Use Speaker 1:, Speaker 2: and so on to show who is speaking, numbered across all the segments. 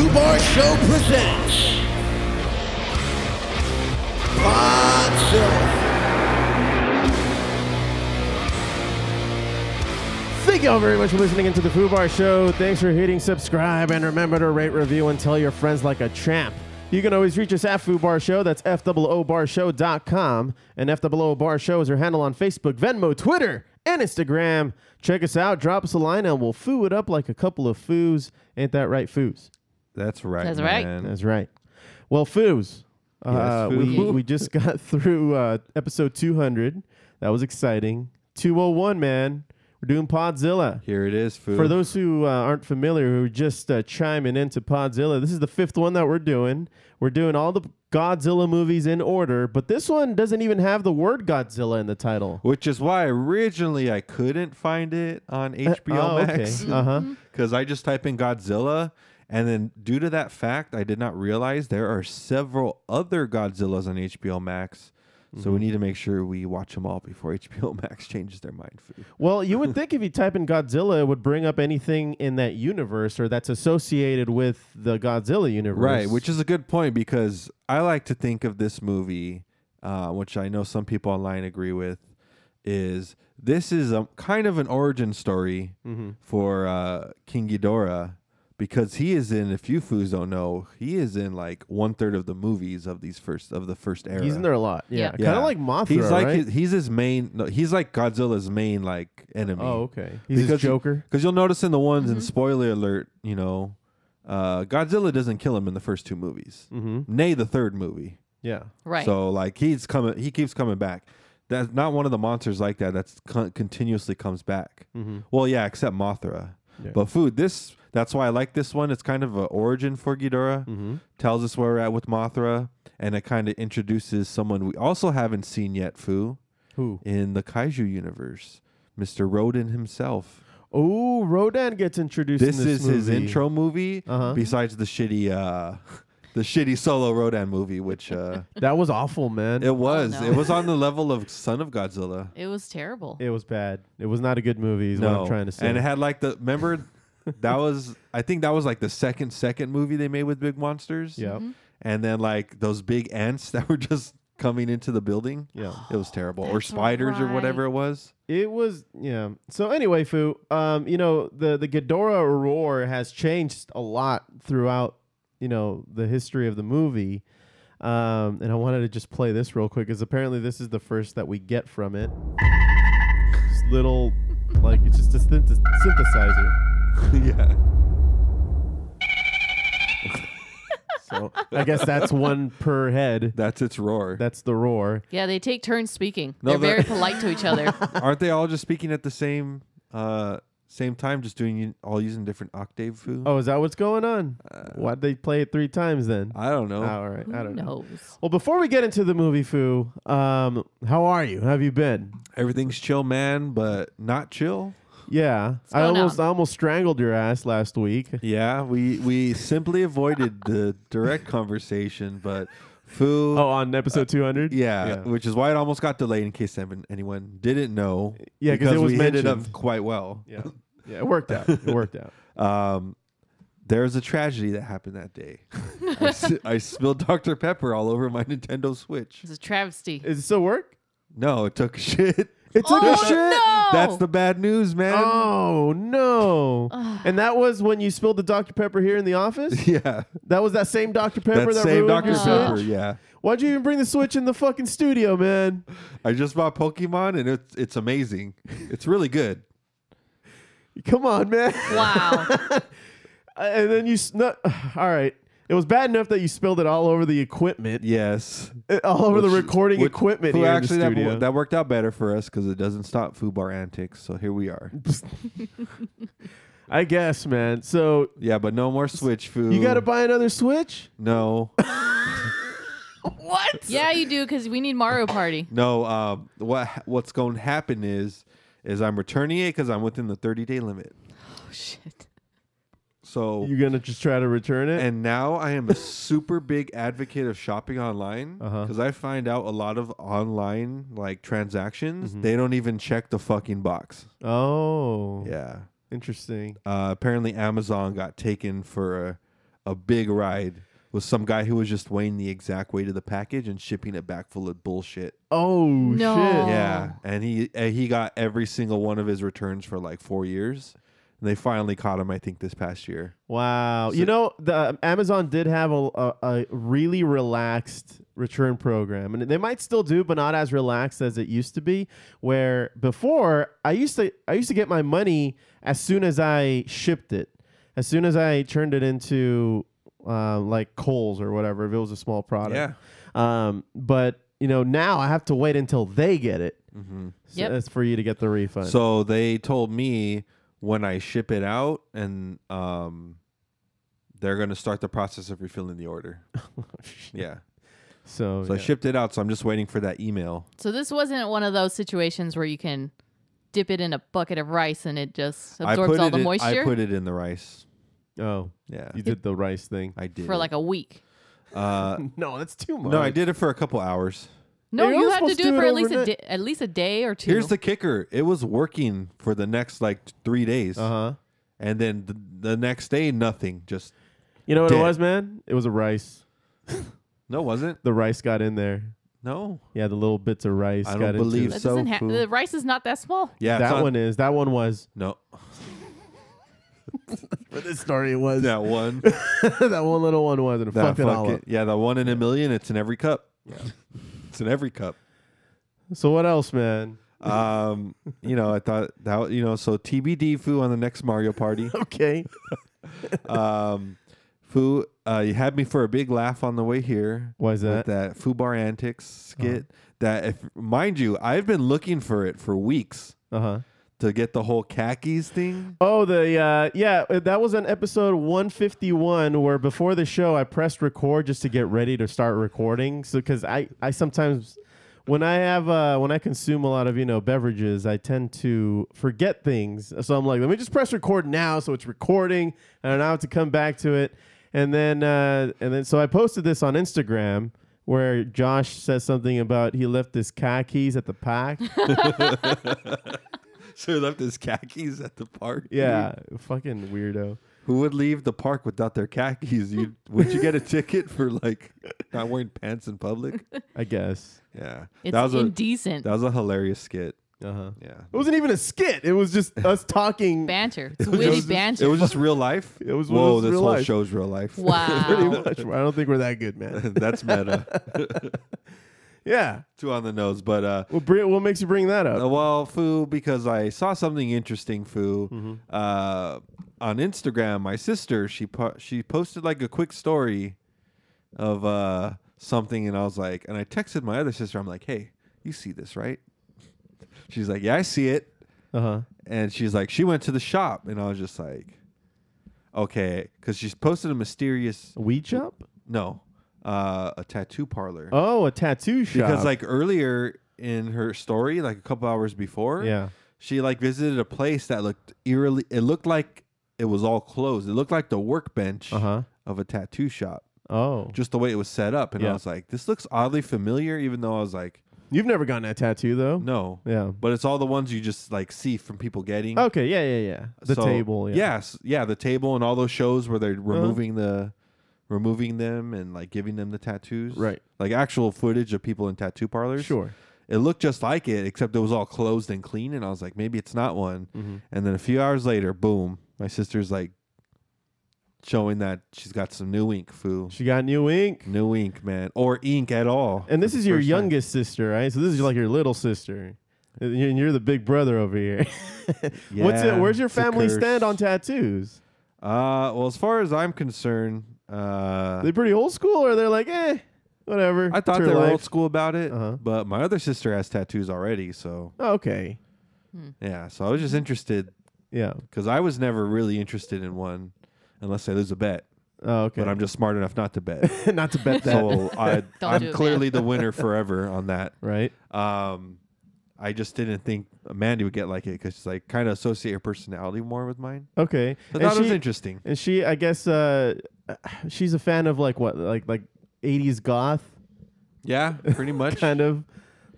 Speaker 1: Show presents Podzilla.
Speaker 2: Thank y'all very much for listening into the Foo Bar Show. Thanks for hitting subscribe and remember to rate, review, and tell your friends like a champ. You can always reach us at Foo Bar Show. That's FOOBarshow.com. And FOO Bar Show is our handle on Facebook, Venmo, Twitter, and Instagram. Check us out, drop us a line, and we'll foo it up like a couple of foos. Ain't that right, foos?
Speaker 3: That's right.
Speaker 4: That's right.
Speaker 3: man.
Speaker 2: That's right. Well, foos, uh,
Speaker 3: Yes,
Speaker 2: we,
Speaker 3: foo.
Speaker 2: we just got through uh, episode 200. That was exciting. 201, man. We're doing Podzilla.
Speaker 3: Here it is, food.
Speaker 2: For those who uh, aren't familiar, who are just uh, chiming into Podzilla, this is the fifth one that we're doing. We're doing all the Godzilla movies in order, but this one doesn't even have the word Godzilla in the title.
Speaker 3: which is why originally I couldn't find it on HBO
Speaker 2: oh, okay.
Speaker 3: Max
Speaker 2: Uh-huh.
Speaker 4: Mm-hmm.
Speaker 3: because I just type in Godzilla, and then due to that fact, I did not realize there are several other Godzillas on HBO Max. So
Speaker 2: Mm-hmm.
Speaker 3: we need to make sure we watch them all before HBO Max changes their mind. Food.
Speaker 2: Well, you would think if you type in Godzilla, it would bring up anything in that universe or that's associated with the Godzilla universe.
Speaker 3: Right, which is a good point because I like to think of this movie, uh, which I know some people online agree with, is this is a kind of an origin story
Speaker 2: Mm-hmm.
Speaker 3: for uh, King Ghidorah because he is in. If you foos don't know, he is in like one third of the movies of these first of the first era.
Speaker 2: he's in there a lot. Yeah,
Speaker 4: Yeah.
Speaker 2: kind of like Mothra.
Speaker 3: He's like
Speaker 2: right?
Speaker 3: his, he's his main. No, he's like Godzilla's main like enemy.
Speaker 2: oh, okay. He's his
Speaker 3: Because you-
Speaker 2: Joker.
Speaker 3: Because you'll notice in the ones, and spoiler alert, you know, uh, Godzilla doesn't kill him in the first two movies,
Speaker 2: Mhm.
Speaker 3: nay, the third movie.
Speaker 2: Yeah.
Speaker 4: Right.
Speaker 3: So like he's coming, he keeps coming back. That's not one of the monsters like that. That's con- continuously comes back. Well, yeah, except Mothra.
Speaker 2: Mm-hmm. Yeah.
Speaker 3: But food. This that's why I like this one. It's kind of an origin for Ghidorah.
Speaker 2: Mm-hmm.
Speaker 3: Tells us where we're at with Mothra, and it kind of introduces someone we also haven't seen yet. Foo
Speaker 2: Who?
Speaker 3: in the Kaiju universe, Mr. Rodan himself.
Speaker 2: Oh, Rodan gets introduced.
Speaker 3: This,
Speaker 2: in this
Speaker 3: is his
Speaker 2: movie.
Speaker 3: intro movie.
Speaker 2: Uh-huh.
Speaker 3: Besides the shitty, uh, the shitty solo Rodan movie, which uh,
Speaker 2: That was awful, man.
Speaker 3: it was.
Speaker 4: Oh, no.
Speaker 3: It was on the level of Son of Godzilla.
Speaker 4: it was terrible.
Speaker 2: It was bad. It was not a good movie. Is what I'm trying to say.
Speaker 3: and it had like the remember that was I think that was like the second second movie they made with big monsters.
Speaker 2: yeah,
Speaker 4: Mm-hmm.
Speaker 3: and then like those big ants that were just coming into the building.
Speaker 2: yeah.
Speaker 3: It was terrible, or
Speaker 4: That's
Speaker 3: spiders, or whatever
Speaker 4: right.
Speaker 3: it was.
Speaker 2: It was yeah. So anyway, Fu, um, you know the the Ghidorah roar has changed a lot throughout you know the history of the movie, um, and I wanted to just play this real quick because apparently this is the first that we get from it. Just little, like it's just a synth- synthesizer.
Speaker 3: yeah,
Speaker 2: So I guess that's one per head.
Speaker 3: that's its roar.
Speaker 2: That's the roar.
Speaker 4: yeah, they take turns speaking.
Speaker 3: No,
Speaker 4: They're very
Speaker 3: that-
Speaker 4: polite to each other.
Speaker 3: Aren't they all just speaking at the same uh same time, just doing u- all using different octave food?
Speaker 2: Oh, is that what's going on?
Speaker 3: Uh,
Speaker 2: Why'd they play it three times then?
Speaker 3: I don't know.
Speaker 2: Oh, all right. I
Speaker 4: Who
Speaker 2: don't know.
Speaker 4: knows?
Speaker 2: Well, before we get into the movie, Foo, um, how are you? How have you been?
Speaker 3: Everything's chill, man, but not chill.
Speaker 2: Yeah, I
Speaker 4: going
Speaker 2: almost
Speaker 4: on?
Speaker 2: I almost strangled your ass last week.
Speaker 3: Yeah, we we simply avoided the direct conversation, but foo.
Speaker 2: Oh, on episode two hundred.
Speaker 3: Yeah,
Speaker 2: yeah.
Speaker 3: which is why it almost got delayed in case anyone- anyone didn't know.
Speaker 2: Yeah, 'cause it was
Speaker 3: we hit it up
Speaker 2: mentioned.
Speaker 3: quite well.
Speaker 2: yeah, yeah. It worked out. It worked out.
Speaker 3: Um, there's a tragedy that happened that day. I, s- I spilled Dr. Pepper all over my Nintendo Switch.
Speaker 4: It's a travesty.
Speaker 2: Is it still work?
Speaker 3: No, it took a shit.
Speaker 2: It took
Speaker 4: Oh,
Speaker 2: a shit.
Speaker 4: no!
Speaker 3: That's the bad news, man.
Speaker 2: Oh no!
Speaker 4: Ah.
Speaker 2: and that was when you spilled the Dr Pepper here in the office.
Speaker 3: Yeah,
Speaker 2: That was that same Dr Pepper
Speaker 3: that
Speaker 2: that,
Speaker 3: same
Speaker 2: ruined
Speaker 3: Dr.
Speaker 2: your
Speaker 3: Pepper.
Speaker 2: Switch?
Speaker 3: Yeah,
Speaker 2: Why'd you even bring the Switch in the fucking studio, man?
Speaker 3: I just bought Pokemon and it's it's amazing. It's really good.
Speaker 2: Come on, man.
Speaker 4: wow.
Speaker 2: and then you snu- all right it was bad enough that you spilled it all over the equipment
Speaker 3: Yes,
Speaker 2: uh, all over the
Speaker 3: Which-
Speaker 2: recording
Speaker 3: which-
Speaker 2: equipment
Speaker 3: who
Speaker 2: here
Speaker 3: actually
Speaker 2: in the
Speaker 3: that-
Speaker 2: studio.
Speaker 3: That, worked out better for us because it doesn't stop Foo Bar antics. So here we are.
Speaker 2: i guess man so
Speaker 3: Yeah, but no more Switch food.
Speaker 2: you gotta buy another switch
Speaker 3: no,
Speaker 4: what? Yeah, you do because we need Mario Party.
Speaker 3: no. Um, what what's going to happen is is I'm returning it because I'm within the 30 day limit.
Speaker 4: Oh shit.
Speaker 3: So
Speaker 2: you gonna just try to return it
Speaker 3: and now I am a super big advocate of shopping online
Speaker 2: Uh-huh.
Speaker 3: because I find out a lot of online like transactions
Speaker 2: Mm-hmm.
Speaker 3: they don't even check the fucking box.
Speaker 2: oh
Speaker 3: Yeah.
Speaker 2: interesting
Speaker 3: Uh, apparently Amazon got taken for a, a big ride was some guy who was just weighing the exact weight of the package and shipping it back full of bullshit.
Speaker 2: Oh
Speaker 4: No.
Speaker 2: shit!
Speaker 3: Yeah, and he uh, he got every single one of his returns for like four years, and they finally caught him. I think this past year.
Speaker 2: Wow. you know, the um, Amazon did have a, a a really relaxed return program, and they might still do, but not as relaxed as it used to be. Where before, I used to I used to get my money as soon as I shipped it, as soon as I turned it into uh, like Kohl's or whatever, if it was a small product.
Speaker 3: Yeah.
Speaker 2: Um, but you know, now I have to wait until they get it. Mm-hmm. So
Speaker 4: Yep.
Speaker 2: That's for you to get the refund.
Speaker 3: So they told me when I ship it out, and um, they're gonna start the process of refilling the order. Yeah,
Speaker 4: Oh,
Speaker 2: so,
Speaker 3: so I
Speaker 2: yeah.
Speaker 3: shipped it out, so I'm just waiting for that email.
Speaker 4: So this wasn't one of those situations where you can dip it in a bucket of rice and it just
Speaker 3: I
Speaker 4: absorbs
Speaker 3: put
Speaker 4: all
Speaker 3: it
Speaker 4: the
Speaker 3: in-
Speaker 4: moisture
Speaker 3: I put it in the rice.
Speaker 2: oh,
Speaker 3: Yeah,
Speaker 2: you did the rice thing.
Speaker 3: I did
Speaker 4: for like a week.
Speaker 3: Uh,
Speaker 2: No, that's too much.
Speaker 3: no, I did it for a couple hours.
Speaker 4: No,
Speaker 2: You're
Speaker 4: you
Speaker 2: not
Speaker 4: have to
Speaker 2: supposed to
Speaker 4: do it
Speaker 2: do it
Speaker 4: for at least a
Speaker 2: overnight.
Speaker 4: di- at least a day or two.
Speaker 3: Here's the kicker: it was working for the next like t- three days,
Speaker 2: Uh huh.
Speaker 3: and then th- the next day, nothing. Just
Speaker 2: You know what it
Speaker 3: Dead.
Speaker 2: was, man? It was a rice.
Speaker 3: no, wasn't
Speaker 2: The rice got in there.
Speaker 3: no.
Speaker 2: Yeah, the little bits of rice.
Speaker 3: I don't
Speaker 2: got
Speaker 3: believe
Speaker 2: into
Speaker 4: that
Speaker 2: it.
Speaker 3: so
Speaker 4: doesn't ha-
Speaker 3: cool.
Speaker 4: the rice is not that small.
Speaker 3: Yeah, it's
Speaker 2: that
Speaker 3: not-
Speaker 2: one is. That one was.
Speaker 3: No,
Speaker 2: For this story, it was.
Speaker 3: that one.
Speaker 2: that one little one was, and it
Speaker 3: That
Speaker 2: fucked it all
Speaker 3: fucking-
Speaker 2: up.
Speaker 3: Yeah, the one in a million. It's in every cup. it's in every cup.
Speaker 2: So what else, man?
Speaker 3: Um, you know, I thought that you know, so TBD foo on the next Mario party.
Speaker 2: Okay.
Speaker 3: Um, foo, uh, you had me for a big laugh on the way here.
Speaker 2: Why is
Speaker 3: With
Speaker 2: that? Uh-huh.
Speaker 3: that foo bar antics skit. That if mind you, I've been looking for it for weeks
Speaker 2: Uh huh.
Speaker 3: to get the whole khakis thing.
Speaker 2: Oh, the uh, yeah, uh, that was on episode 151 where before the show I pressed record just to get ready to start recording. So because I I sometimes when I have uh, when I consume a lot of you know beverages, I tend to forget things. So I'm like, let me just press record now, so it's recording, and I don't have to come back to it. And then uh, and then so I posted this on Instagram. Where Josh says something about he left his khakis at the pack.
Speaker 3: So he left his khakis at the park.
Speaker 2: Yeah, fucking weirdo.
Speaker 3: Who would leave the park without their khakis? You would you get a ticket for like not wearing pants in public?
Speaker 2: I guess.
Speaker 3: Yeah.
Speaker 4: It's
Speaker 3: that was a
Speaker 4: indecent
Speaker 3: that was a hilarious skit.
Speaker 2: Uh huh.
Speaker 3: Yeah.
Speaker 2: It wasn't even a skit. It was just us talking.
Speaker 4: banter. It's
Speaker 3: It was
Speaker 4: witty
Speaker 3: just-
Speaker 4: banter.
Speaker 3: It was just real life.
Speaker 2: It was one of
Speaker 3: Whoa,
Speaker 2: those
Speaker 3: this
Speaker 2: real
Speaker 3: whole
Speaker 2: life.
Speaker 3: show's real life.
Speaker 2: Pretty
Speaker 4: wow.
Speaker 2: much. I don't think we're that good, man.
Speaker 3: That's meta.
Speaker 2: Yeah.
Speaker 3: Two on the nose. But uh
Speaker 2: Well, Bri- what makes you bring that up?
Speaker 3: Uh, well, foo, because I saw something interesting, foo,
Speaker 2: Mm-hmm.
Speaker 3: uh, on Instagram. My sister, she po- she posted like a quick story of uh, something, and I was like, and I texted my other sister. I'm like, hey, you see this, right? She's like, yeah, I see it,
Speaker 2: Uh huh.
Speaker 3: and she's like, she went to the shop, and I was just like, okay, because she's posted a mysterious
Speaker 2: A weed shop?
Speaker 3: no, uh, a tattoo parlor
Speaker 2: Oh, a tattoo shop.
Speaker 3: because like earlier in her story, like a couple hours before,
Speaker 2: yeah.
Speaker 3: she like visited a place that looked eerily it looked like it was all closed it looked like the workbench
Speaker 2: Uh huh.
Speaker 3: of a tattoo shop
Speaker 2: Oh,
Speaker 3: just the way it was set up and
Speaker 2: Yeah.
Speaker 3: i was like this looks oddly familiar even though i was like
Speaker 2: you've never gotten that tattoo though.
Speaker 3: no
Speaker 2: Yeah.
Speaker 3: but it's all the ones you just like see from people getting
Speaker 2: Okay. Yeah. Yeah. Yeah. The
Speaker 3: So-
Speaker 2: table. Yeah. Uh-huh.
Speaker 3: yes yeah the table and all those shows where they're removing the removing them and like giving them the tattoos
Speaker 2: Right.
Speaker 3: like actual footage of people in tattoo parlors
Speaker 2: Sure.
Speaker 3: it looked just like it, except it was all closed and clean. And I was like, maybe it's not one.
Speaker 2: Mm-hmm.
Speaker 3: And then a few hours later, boom, my sister's like showing that she's got some new ink, foo.
Speaker 2: She got new ink.
Speaker 3: New ink, man, or ink at all.
Speaker 2: And this
Speaker 3: for
Speaker 2: is
Speaker 3: Mm. the
Speaker 2: your
Speaker 3: first time.
Speaker 2: youngest sister, right? So this is like your little sister. And you- and you're the big brother over here. What's it?
Speaker 3: Yeah,
Speaker 2: Where's your
Speaker 3: it's a
Speaker 2: family stand
Speaker 3: curse.
Speaker 2: on tattoos?
Speaker 3: Uh, well, as far as I'm concerned, uh,
Speaker 2: they pretty old school, or they're like, eh, whatever.
Speaker 3: I thought
Speaker 2: It's your
Speaker 3: they were
Speaker 2: life.
Speaker 3: old school about it,
Speaker 2: Uh-huh.
Speaker 3: but my other sister has tattoos already, so
Speaker 2: Oh, Okay.
Speaker 3: yeah. So I was just interested
Speaker 2: Yeah.
Speaker 3: because I was never really interested in one unless I lose a bet,
Speaker 2: Oh, okay.
Speaker 3: but I'm just smart enough not to bet.
Speaker 2: not to bet that,
Speaker 3: So I,
Speaker 4: do
Speaker 3: I'm
Speaker 4: it,
Speaker 3: clearly the winner forever on that.
Speaker 2: right?
Speaker 3: Um, I just didn't think Mandy would get like it because she's like kind of associate her personality more with mine.
Speaker 2: Okay.
Speaker 3: I
Speaker 2: and,
Speaker 3: thought it was
Speaker 2: she,
Speaker 3: interesting.
Speaker 2: and she, I guess, uh, she's a fan of like what, like like '80s goth
Speaker 3: Yeah, pretty much.
Speaker 2: kind of,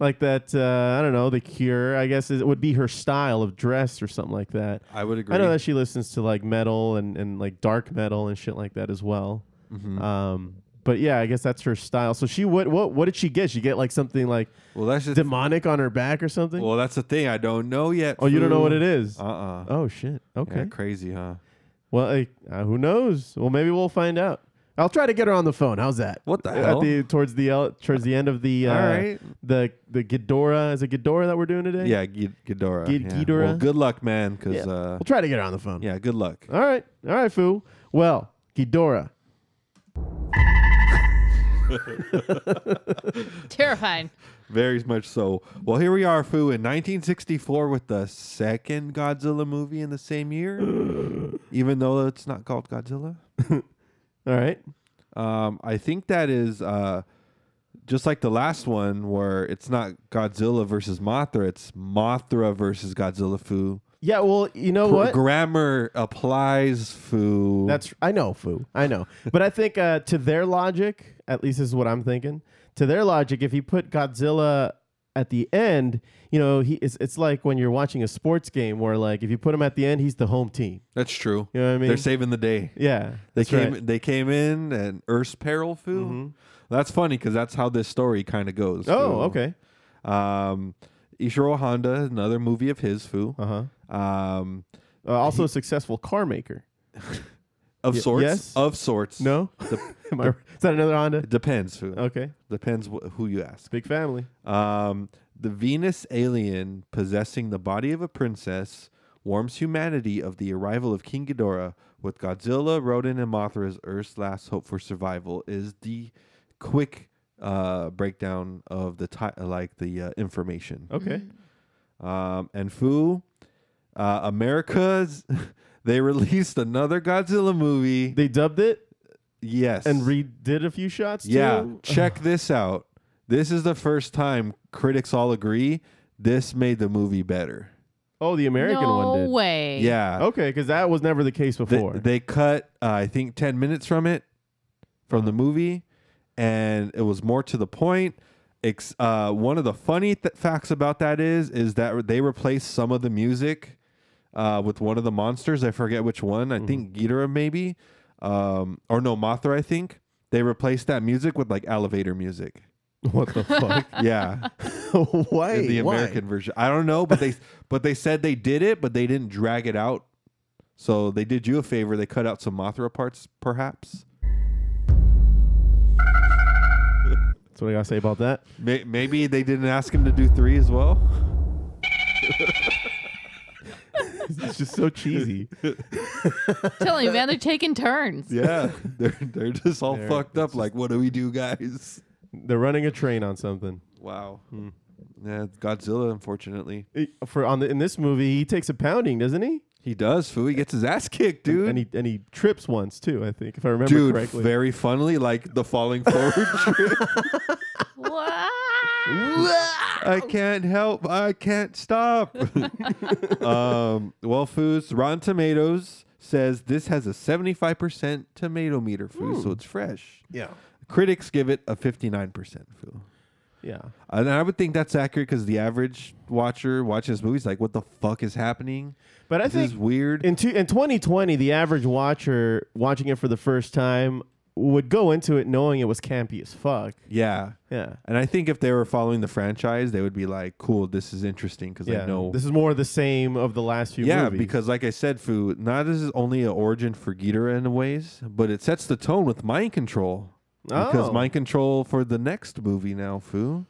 Speaker 2: like that. Uh, I don't know. The Cure, I guess, is, it would be her style of dress or something like that.
Speaker 3: I would agree.
Speaker 2: I know that she listens to like metal and, and like dark metal and shit like that as well.
Speaker 3: Mm-hmm.
Speaker 2: Um, but yeah, I guess that's her style. So she what what what did she get? She get like something like
Speaker 3: well, that's just
Speaker 2: demonic on her back or something?
Speaker 3: well, that's the thing. I don't know yet.
Speaker 2: oh, you don't know what it is.
Speaker 3: Uh uh
Speaker 2: oh shit. Okay.
Speaker 3: Yeah, crazy, huh?
Speaker 2: Well, like, uh, who knows? Well, maybe we'll find out. I'll try to get her on the phone. How's that?
Speaker 3: What the
Speaker 2: At
Speaker 3: hell?
Speaker 2: the- towards the el- towards the end of the uh,
Speaker 3: All right.
Speaker 2: the the Ghidorah is it Ghidorah that we're doing today?
Speaker 3: Yeah, G- Ghidorah.
Speaker 2: Gid-
Speaker 3: yeah.
Speaker 2: Ghidorah?
Speaker 3: Well, good luck, man. Because
Speaker 2: Yeah.
Speaker 3: yeah. Uh,
Speaker 2: We'll try to get her on the phone.
Speaker 3: yeah, good luck.
Speaker 2: All right. All right, foo. Well, Ghidorah.
Speaker 4: Terrifying.
Speaker 3: Very much so. Well, here we are, Fu, in 1964 with the second Godzilla movie in the same year, even though it's not called Godzilla.
Speaker 2: All right.
Speaker 3: Um, I think that is uh, just like the last one, where it's not Godzilla versus Mothra, it's Mothra versus Godzilla. Fu.
Speaker 2: Yeah. Well, you know
Speaker 3: Pr-
Speaker 2: what?
Speaker 3: Grammar applies. Fu.
Speaker 2: That's I know, foo. I know. but I think uh, to their logic, at least this is what I'm thinking. To their logic, if you put Godzilla at the end, you know, he it's, it's like when you're watching a sports game where like if you put him at the end, he's the home team.
Speaker 3: that's true.
Speaker 2: You know what I mean?
Speaker 3: They're saving the day.
Speaker 2: yeah.
Speaker 3: They
Speaker 2: that's
Speaker 3: came.
Speaker 2: right. Mm-hmm.
Speaker 3: They came in and Earth's peril. Fu. That's funny because that's how this story kind of goes.
Speaker 2: Oh,
Speaker 3: Fu.
Speaker 2: okay.
Speaker 3: Um, Ishiro Honda, another movie of his, Fu.
Speaker 2: Uh-huh.
Speaker 3: Um,
Speaker 2: Uh, also a successful car maker.
Speaker 3: of
Speaker 2: Y-
Speaker 3: sorts.
Speaker 2: yes?
Speaker 3: Of sorts.
Speaker 2: No?
Speaker 3: De-
Speaker 2: Am I, is that another Honda?
Speaker 3: it depends, Fu.
Speaker 2: Okay.
Speaker 3: Depends wh- who you ask.
Speaker 2: Big family.
Speaker 3: Um, the Venus alien possessing the body of a princess warms humanity of the arrival of King Ghidorah with Godzilla, Rodan, and Mothra as Earth's last hope for survival is the quick uh, breakdown of the ti- like the uh, information.
Speaker 2: Okay.
Speaker 4: Mm-hmm.
Speaker 3: Um, and Fu, uh, America's, they released another Godzilla movie.
Speaker 2: They dubbed it
Speaker 3: yes.
Speaker 2: and redid a few shots
Speaker 3: yeah.
Speaker 2: too?
Speaker 3: Check this out. This is the first time critics all agree this made the movie better.
Speaker 2: Oh, the American
Speaker 4: no
Speaker 2: one did.
Speaker 4: way.
Speaker 3: Yeah.
Speaker 2: Okay, because that was never the case
Speaker 3: They-
Speaker 2: before.
Speaker 3: They, cut, uh, I think, 10 minutes from it, from the movie, and it was more to the point. Ex- uh, one of the funny th- facts about that is, is that they replaced some of the music uh, with one of the monsters. I forget which one. I think Ghidorah, maybe. Um, or no, Mothra, I think. They replaced that music with like elevator music.
Speaker 2: what the fuck?
Speaker 3: Yeah,
Speaker 2: why?
Speaker 3: in the
Speaker 2: Why?
Speaker 3: American version. I don't know, but they but they said they did it, but they didn't drag it out. So they did you a favor. They cut out some Mothra parts, perhaps.
Speaker 2: That's what I gotta say about that.
Speaker 3: May- maybe they didn't ask him to do three as well.
Speaker 2: It's just so cheesy.
Speaker 4: Telling you, man, they're taking turns.
Speaker 3: Yeah, they're they're just all
Speaker 2: They're-
Speaker 3: fucked up.
Speaker 2: it's
Speaker 3: Like, what do we do, guys?
Speaker 2: They're running a train on something.
Speaker 3: Wow. Yeah, Godzilla. Unfortunately,
Speaker 2: It- For on the, in this movie, he takes a pounding, doesn't he?
Speaker 3: he does. Foo. He gets his ass kicked, dude.
Speaker 2: And he and he trips once too. I think, if I remember
Speaker 3: dude,
Speaker 2: correctly.
Speaker 3: very funnily, like the falling forward trip.
Speaker 4: Wow.
Speaker 3: I can't help. I can't stop. um, well, Foods, Rotten Tomatoes says this has a 75% tomato meter, Foo, so it's fresh.
Speaker 2: Hmm. yeah.
Speaker 3: Critics give it a 59%, Foo.
Speaker 2: Yeah.
Speaker 3: And I would think that's accurate because the average watcher watching this movie is like, what the fuck is happening?
Speaker 2: But I
Speaker 3: this
Speaker 2: think
Speaker 3: is weird.
Speaker 2: in two, in 2020, the average watcher watching it for the first time would go into it knowing it was campy as fuck.
Speaker 3: yeah.
Speaker 2: Yeah.
Speaker 3: And I think if they were following the franchise, they would be like, cool, this is interesting because
Speaker 2: Yeah.
Speaker 3: I know
Speaker 2: This is more of the same of the last few
Speaker 3: Yeah,
Speaker 2: movies.
Speaker 3: because like I said, Fu, now this is only an origin for Ghidorah in ways, but it sets the tone with mind control. Because
Speaker 2: Oh.
Speaker 3: mind control for the next movie now, Fu.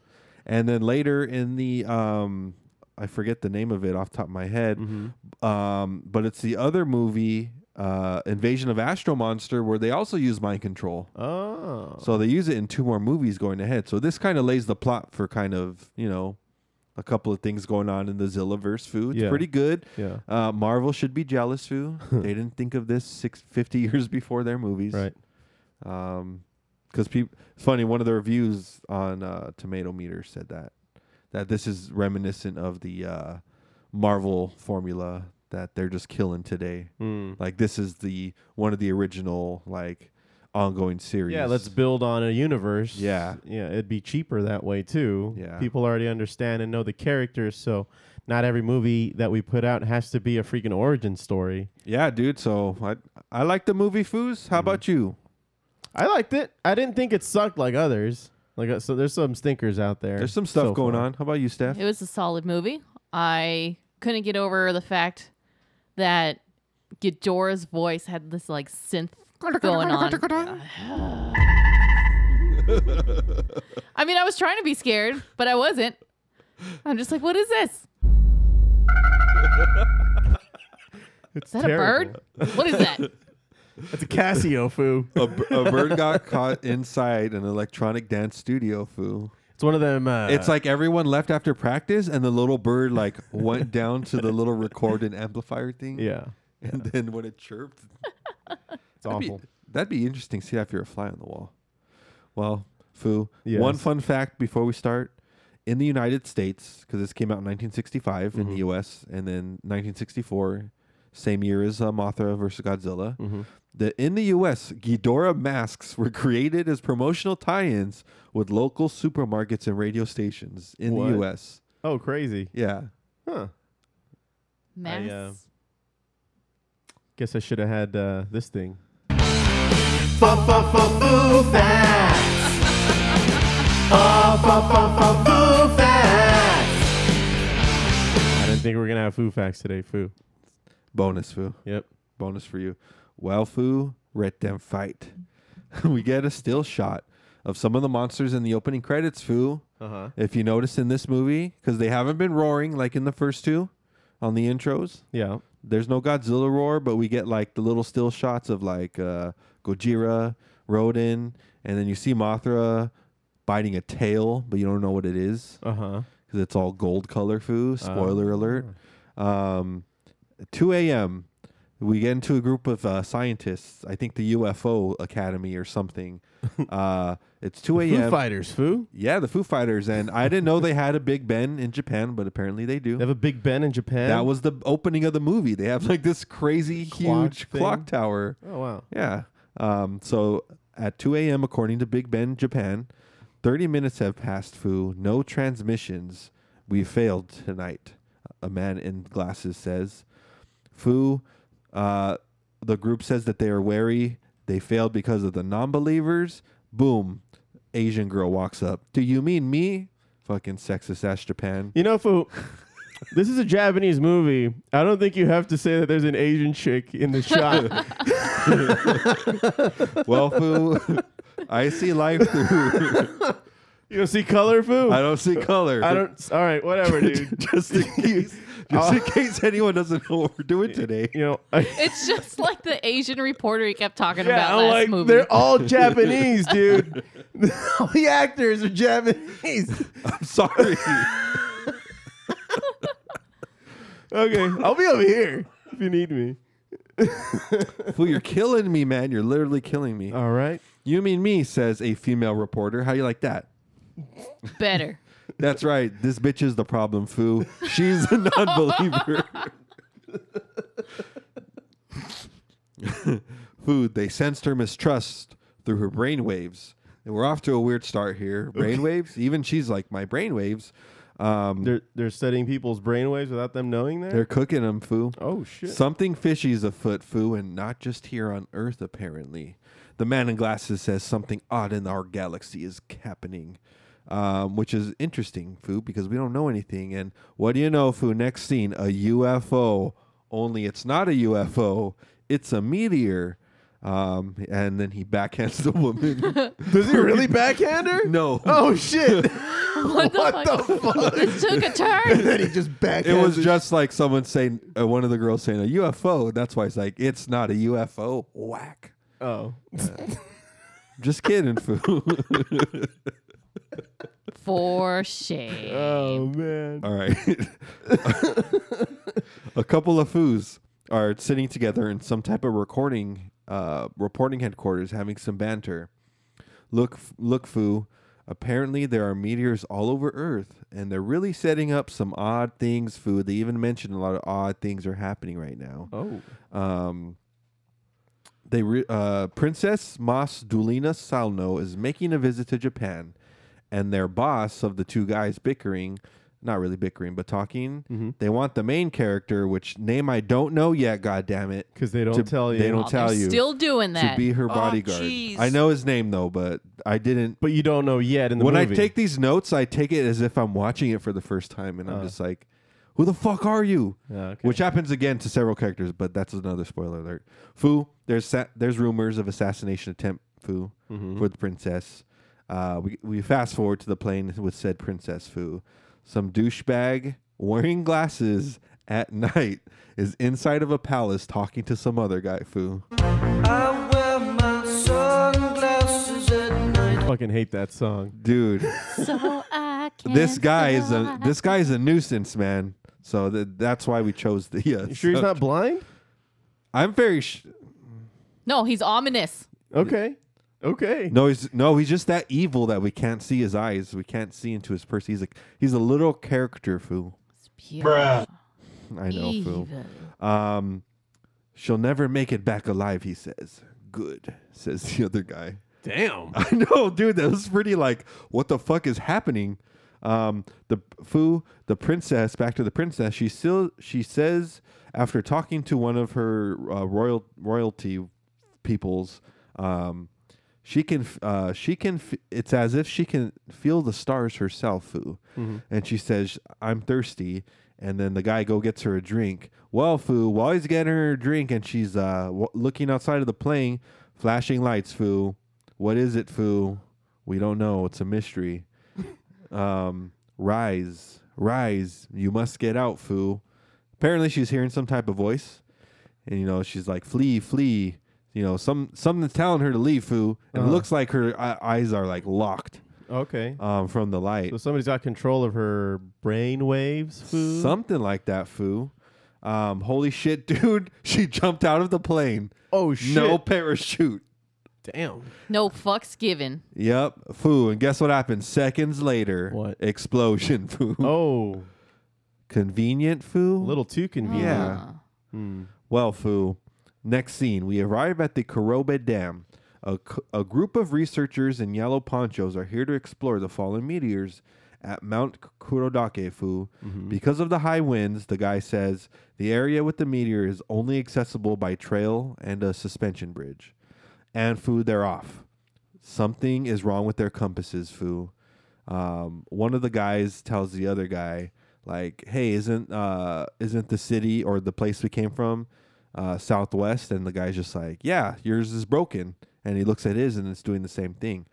Speaker 3: And then later in the um I forget the name of it off the top of my head.
Speaker 2: Mm-hmm.
Speaker 3: Um, but it's the other movie, uh, Invasion of Astro Monster, where they also use mind control.
Speaker 2: Oh.
Speaker 3: So they use it in two more movies going ahead. So this kind of lays the plot for kind of, you know, a couple of things going on in the Zillaverse food. It's
Speaker 2: Yeah.
Speaker 3: pretty good.
Speaker 2: Yeah.
Speaker 3: Uh, Marvel should be jealous, Foo. they didn't think of this six, 50 years before their movies.
Speaker 2: Right.
Speaker 3: Um, because people, it's funny. One of the reviews on uh, Tomato Meter said that that this is reminiscent of the uh, Marvel formula that they're just killing today.
Speaker 2: Mm.
Speaker 3: Like this is the one of the original like ongoing series.
Speaker 2: Yeah, let's build on a universe.
Speaker 3: Yeah.
Speaker 2: Yeah, it'd be cheaper that way too.
Speaker 3: Yeah.
Speaker 2: People already understand and know the characters, so not every movie that we put out has to be a freaking origin story.
Speaker 3: Yeah, dude. So I I like the movie Foos.
Speaker 2: Mm-hmm.
Speaker 3: How about you?
Speaker 2: I liked it. I didn't think it sucked like others. Like uh, so there's some stinkers out there.
Speaker 3: There's some stuff
Speaker 2: so
Speaker 3: going
Speaker 2: far.
Speaker 3: on. How about you, Steph?
Speaker 4: It was a solid movie. I couldn't get over the fact that Ghidorah's voice had this like synth going on. I mean, I was trying to be scared, but I wasn't. I'm just like, what is this?
Speaker 2: It's
Speaker 4: Is that
Speaker 2: terrible.
Speaker 4: a bird? What is that?
Speaker 2: It's a Casio foo.
Speaker 3: a, b- a bird got caught inside an electronic dance studio. Foo.
Speaker 2: It's one of them. Uh,
Speaker 3: It's like everyone left after practice, and the little bird like went down to the little record and amplifier thing.
Speaker 2: yeah,
Speaker 3: And then when it chirped,
Speaker 2: it's awful.
Speaker 3: That'd be, that'd be interesting. to See if you're a fly on the wall. Well, foo. One
Speaker 2: Yes.
Speaker 3: fun fact before we start: in the United States, because this came out in 1965
Speaker 2: Mm-hmm.
Speaker 3: in the U.S. and then 1964, same year as uh, Mothra versus Godzilla.
Speaker 2: Mm-hmm.
Speaker 3: The in the U.S. Ghidorah masks were created as promotional tie-ins with local supermarkets and radio stations in
Speaker 2: What?
Speaker 3: the U.S.
Speaker 2: Oh, crazy.
Speaker 3: Yeah.
Speaker 2: Huh.
Speaker 4: Mass.
Speaker 2: uh, Guess I should have had uh, this thing. I didn't think we were gonna have foo facts today. Foo.
Speaker 3: Bonus foo.
Speaker 2: Yep.
Speaker 3: bonus for you. Well, foo, ret them fight. we get a still shot of some of the monsters in the opening credits, foo.
Speaker 2: Uh huh.
Speaker 3: If you notice in this movie, because they haven't been roaring like in the first two on the intros,
Speaker 2: Yeah.
Speaker 3: there's no Godzilla roar, but we get like the little still shots of like uh, Gojira, Rodan, and then you see Mothra biting a tail, but you don't know what it is
Speaker 2: Uh huh.
Speaker 3: because it's all gold color foo. Spoiler
Speaker 2: Oh.
Speaker 3: alert. Um, 2 a.m. We get into a group of uh, scientists. I think the UFO Academy or something. uh, it's 2
Speaker 2: Foo
Speaker 3: a.m.
Speaker 2: Fighters. Foo.
Speaker 3: Yeah, the Foo Fighters, and I didn't know they had a Big Ben in Japan, but apparently they do.
Speaker 2: They have a Big Ben in Japan.
Speaker 3: That was the opening of the movie. They have like this crazy
Speaker 2: Clock
Speaker 3: huge
Speaker 2: thing?
Speaker 3: clock tower.
Speaker 2: Oh wow.
Speaker 3: Yeah. Um, so at 2 a.m., according to Big Ben, Japan, 30 minutes have passed, Foo. No transmissions. We failed tonight, a man in glasses says. Foo, uh, the group says that they are wary. They failed because of the non believers. Boom. Asian girl walks up. Do you mean me? Fucking sexist ass Japan.
Speaker 2: You know, Foo. This is a Japanese movie. I don't think you have to say that there's an Asian chick in the shot.
Speaker 3: well, Foo, I see life through.
Speaker 2: you don't see color, Foo?
Speaker 3: I don't see color.
Speaker 2: I don't. All right, whatever, dude.
Speaker 3: just in case, just in case anyone doesn't know what we're doing today.
Speaker 2: You know, I,
Speaker 4: it's just like the Asian reporter he kept talking
Speaker 2: yeah,
Speaker 4: about
Speaker 2: I'm
Speaker 4: last
Speaker 2: like
Speaker 4: movie.
Speaker 2: they're all Japanese, dude. all the actors are Japanese.
Speaker 3: I'm sorry.
Speaker 2: Okay, I'll be over here if you need me.
Speaker 3: Fool, you're killing me, man. You're literally killing me.
Speaker 2: All right.
Speaker 3: you mean me, says a female reporter. How you like that?
Speaker 4: Better.
Speaker 3: That's right. This bitch is the problem, foo. She's a non-believer. foo, they sensed her mistrust through her brainwaves. And we're off to a weird start here. Brainwaves? Even she's like, my brainwaves. Um,
Speaker 2: They're they're studying people's brainwaves without them knowing that.
Speaker 3: they're cooking them, foo.
Speaker 2: oh shit.
Speaker 3: Something fishy's afoot, Foo, and not just here on Earth, apparently. The man in glasses says something odd in our galaxy is happening, um, which is interesting, Foo, because we don't know anything. And what do you know, Foo? Next scene, a UFO. Only it's not a UFO, it's a meteor. Um, and then he backhands the woman.
Speaker 2: Does he really backhand her?
Speaker 3: no.
Speaker 2: Oh shit.
Speaker 4: What the fuck? This took a turn.
Speaker 2: then he just
Speaker 3: It
Speaker 2: backhands.
Speaker 3: was just like someone saying, uh, one of the girls saying, a UFO. That's why it's like, it's not a UFO. Whack.
Speaker 2: oh.
Speaker 3: Just kidding, Foo.
Speaker 4: For shame.
Speaker 2: Oh man.
Speaker 3: All right. a couple of foos are sitting together in some type of recording, uh, reporting headquarters, having some banter. Look, look, foo. Apparently, there are meteors all over Earth, and they're really setting up some odd things. Foo. They even mentioned a lot of odd things are happening right now.
Speaker 2: Oh.
Speaker 3: Um, They re- uh, Princess Masdulina Salno is making a visit to Japan, and their boss of the two guys bickering, not really bickering, but talking.
Speaker 2: Mm-hmm.
Speaker 3: They want the main character, which name I don't know yet. God damn it!
Speaker 2: because they don't
Speaker 3: to-
Speaker 2: tell you.
Speaker 3: They don't
Speaker 4: Oh,
Speaker 3: tell
Speaker 4: they're
Speaker 3: you
Speaker 4: Still doing
Speaker 3: to
Speaker 4: that.
Speaker 3: be her
Speaker 1: Oh,
Speaker 3: bodyguard.
Speaker 1: jeez.
Speaker 3: I know his name though, but I didn't.
Speaker 2: but you don't know yet in the
Speaker 3: When
Speaker 2: movie.
Speaker 3: I take these notes, I take it as if I'm watching it for the first time, and I'm just like, "Who the fuck are you?"
Speaker 2: Uh. Yeah, Ah, okay.
Speaker 3: Which happens again to several characters, but that's another spoiler alert. Fu, there's sa- there's rumors of assassination attempt. Fu
Speaker 2: Mm-hmm.
Speaker 3: for the princess. Uh, we we fast forward to the plane with said princess Fu. Some douchebag wearing glasses at night is inside of a palace talking to some other guy. Fu.
Speaker 1: I wear my sunglasses at night.
Speaker 2: fucking hate that song.
Speaker 3: dude
Speaker 4: so I can
Speaker 3: this guy is a this guy is a nuisance man so th- that's why we chose the yes
Speaker 2: You sure he's not blind?
Speaker 3: i'm very sh-
Speaker 4: No, he's ominous.
Speaker 2: Okay, okay.
Speaker 3: no he's no he's just that evil that we can't see his eyes we can't see into his person he's a he's a little character fool
Speaker 4: It's pure
Speaker 3: i know
Speaker 4: evil.
Speaker 3: fool um she'll never make it back alive he says good says the other guy
Speaker 2: Damn.
Speaker 3: I know, dude. That was pretty like, what the fuck is happening? Um, the foo, the princess. Back to the princess. She still, she says after talking to one of her uh, royal royalty peoples, um, she can, f- uh, she can. F- it's as if she can feel the stars herself, foo. And she says, "I'm thirsty." And then the guy go gets her a drink. Well, foo, while he's getting her a drink and she's uh, w- looking outside of the plane, flashing lights, foo. What is it, Foo? We don't know. It's a mystery. Um, rise, rise! You must get out, Foo. Apparently, she's hearing some type of voice, and you know she's like, "Flee, flee!" You know, some something's telling her to leave, Foo. And
Speaker 2: Uh-huh.
Speaker 3: it looks like her e- eyes are like locked
Speaker 2: Okay.
Speaker 3: um, from the light,
Speaker 2: So somebody's got control of her brain waves. Foo?
Speaker 3: something like that, Foo. Um, holy shit, dude! She jumped out of the plane.
Speaker 2: Oh shit.
Speaker 3: No parachute.
Speaker 2: Damn.
Speaker 4: No fucks given.
Speaker 3: Yep, Foo. And guess what happened? Seconds later,
Speaker 2: What?
Speaker 3: explosion, Foo?
Speaker 2: Oh,
Speaker 3: Convenient foo?
Speaker 2: a little too convenient.
Speaker 3: Yeah.
Speaker 4: Uh,
Speaker 2: Hmm.
Speaker 3: Well, foo. Next scene, we arrive at the Karobe Dam. A, c- a group of researchers in yellow ponchos are here to explore the fallen meteors at Mount K- Kurodake, foo. Because of the high winds, the guy says the area with the meteor is only accessible by trail and a suspension bridge. And foo, they're off. Something is wrong with their compasses, foo. um, one of the guys tells the other guy like hey isn't uh isn't the city or the place we came from uh southwest and the guy's just like yeah yours is broken and he looks at his and it's doing the same thing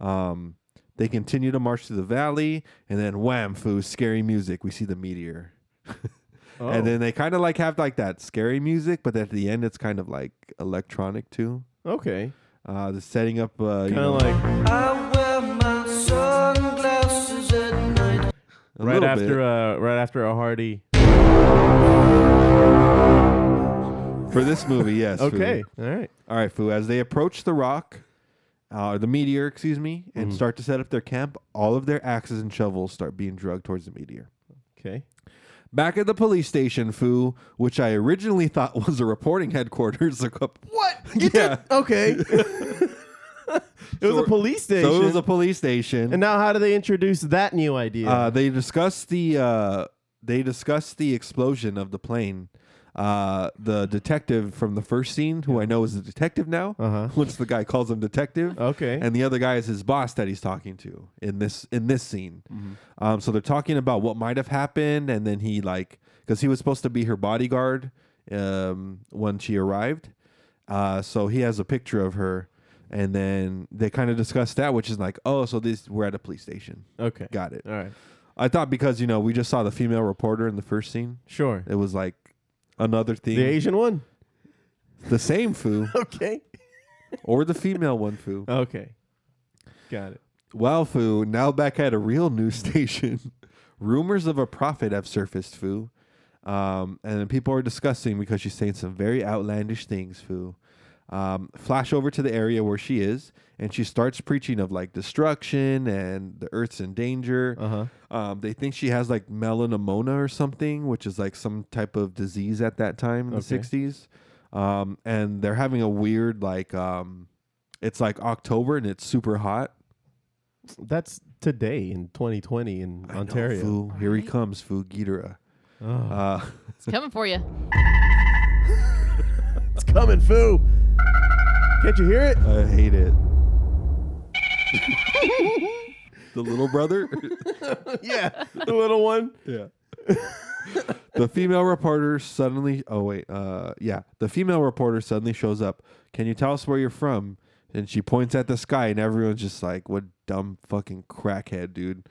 Speaker 3: um they continue to march through the valley and then wham foo scary music we see the meteor
Speaker 2: Oh.
Speaker 3: and then they kind of like have like that scary music but at the end it's kind of like electronic too
Speaker 2: okay.
Speaker 3: uh the setting up uh
Speaker 2: Kind
Speaker 3: you know,
Speaker 2: of like
Speaker 1: I wear my sunglasses at night.
Speaker 3: a
Speaker 2: right
Speaker 3: little
Speaker 2: after
Speaker 3: bit.
Speaker 2: uh right after a hearty.
Speaker 3: for this movie yes Fu.
Speaker 2: uh, Okay. All right.
Speaker 3: All right, Foo. As they approach the rock, uh, or the meteor, excuse me,
Speaker 2: Mm-hmm.
Speaker 3: and start to set up their camp, all of their axes and shovels start being drugged towards the meteor.
Speaker 2: Okay.
Speaker 3: Back at the police station, Foo, which I originally thought was a reporting headquarters. A couple,
Speaker 2: What?
Speaker 3: yeah.
Speaker 2: Okay. it was a
Speaker 3: we're-
Speaker 2: police station.
Speaker 3: So it was a police station.
Speaker 2: and now how do they introduce that new idea?
Speaker 3: Uh, they discussed the uh, they discussed the explosion of the plane. Uh, the detective from the first scene, who I know is a detective now,
Speaker 2: Uh-huh.
Speaker 3: once the guy calls him detective,
Speaker 2: okay.
Speaker 3: and the other guy is his boss that he's talking to in this in this scene.
Speaker 2: Mm-hmm.
Speaker 3: Um, so they're talking about what might have happened, and then he like because he was supposed to be her bodyguard um, when she arrived. Uh, so he has a picture of her, and then they kind of discuss that, which is like, oh, so this we're at a police station.
Speaker 2: okay.
Speaker 3: Got it.
Speaker 2: All right.
Speaker 3: I thought because you know we just saw the female reporter in the first scene,
Speaker 2: Sure.
Speaker 3: it was like another thing,
Speaker 2: The Asian one?
Speaker 3: the same foo
Speaker 2: Okay.
Speaker 3: or the female one foo.
Speaker 2: Okay. Got it.
Speaker 3: Well, Foo, now back at a real news station, rumors of a prophet have surfaced, Foo. Um, and then people are discussing because she's saying some very outlandish things, Foo. Um, flash over to the area where she is, and she starts preaching of like destruction and the earth's in danger.
Speaker 2: Uh-huh.
Speaker 3: Um, they think she has like melanomona or something, which is like some type of disease at that time in
Speaker 2: Okay.
Speaker 3: the 60s. um, and they're having a weird like um, it's like October and it's super hot.
Speaker 2: That's today in 2020 in
Speaker 3: I know,
Speaker 2: Ontario.
Speaker 3: Fu, here he
Speaker 4: Alright.
Speaker 3: comes, Fu Ghidorah.
Speaker 2: Oh.
Speaker 3: Uh,
Speaker 4: It's coming for you.
Speaker 2: It's coming, Foo. Can't you hear it?
Speaker 3: I hate it. the little brother.
Speaker 2: yeah, the little one.
Speaker 3: Yeah. the female reporter suddenly oh wait, uh yeah. The female reporter suddenly shows up. Can you tell us where you're from? And she points at the sky and everyone's just like, What dumb fucking crackhead, dude.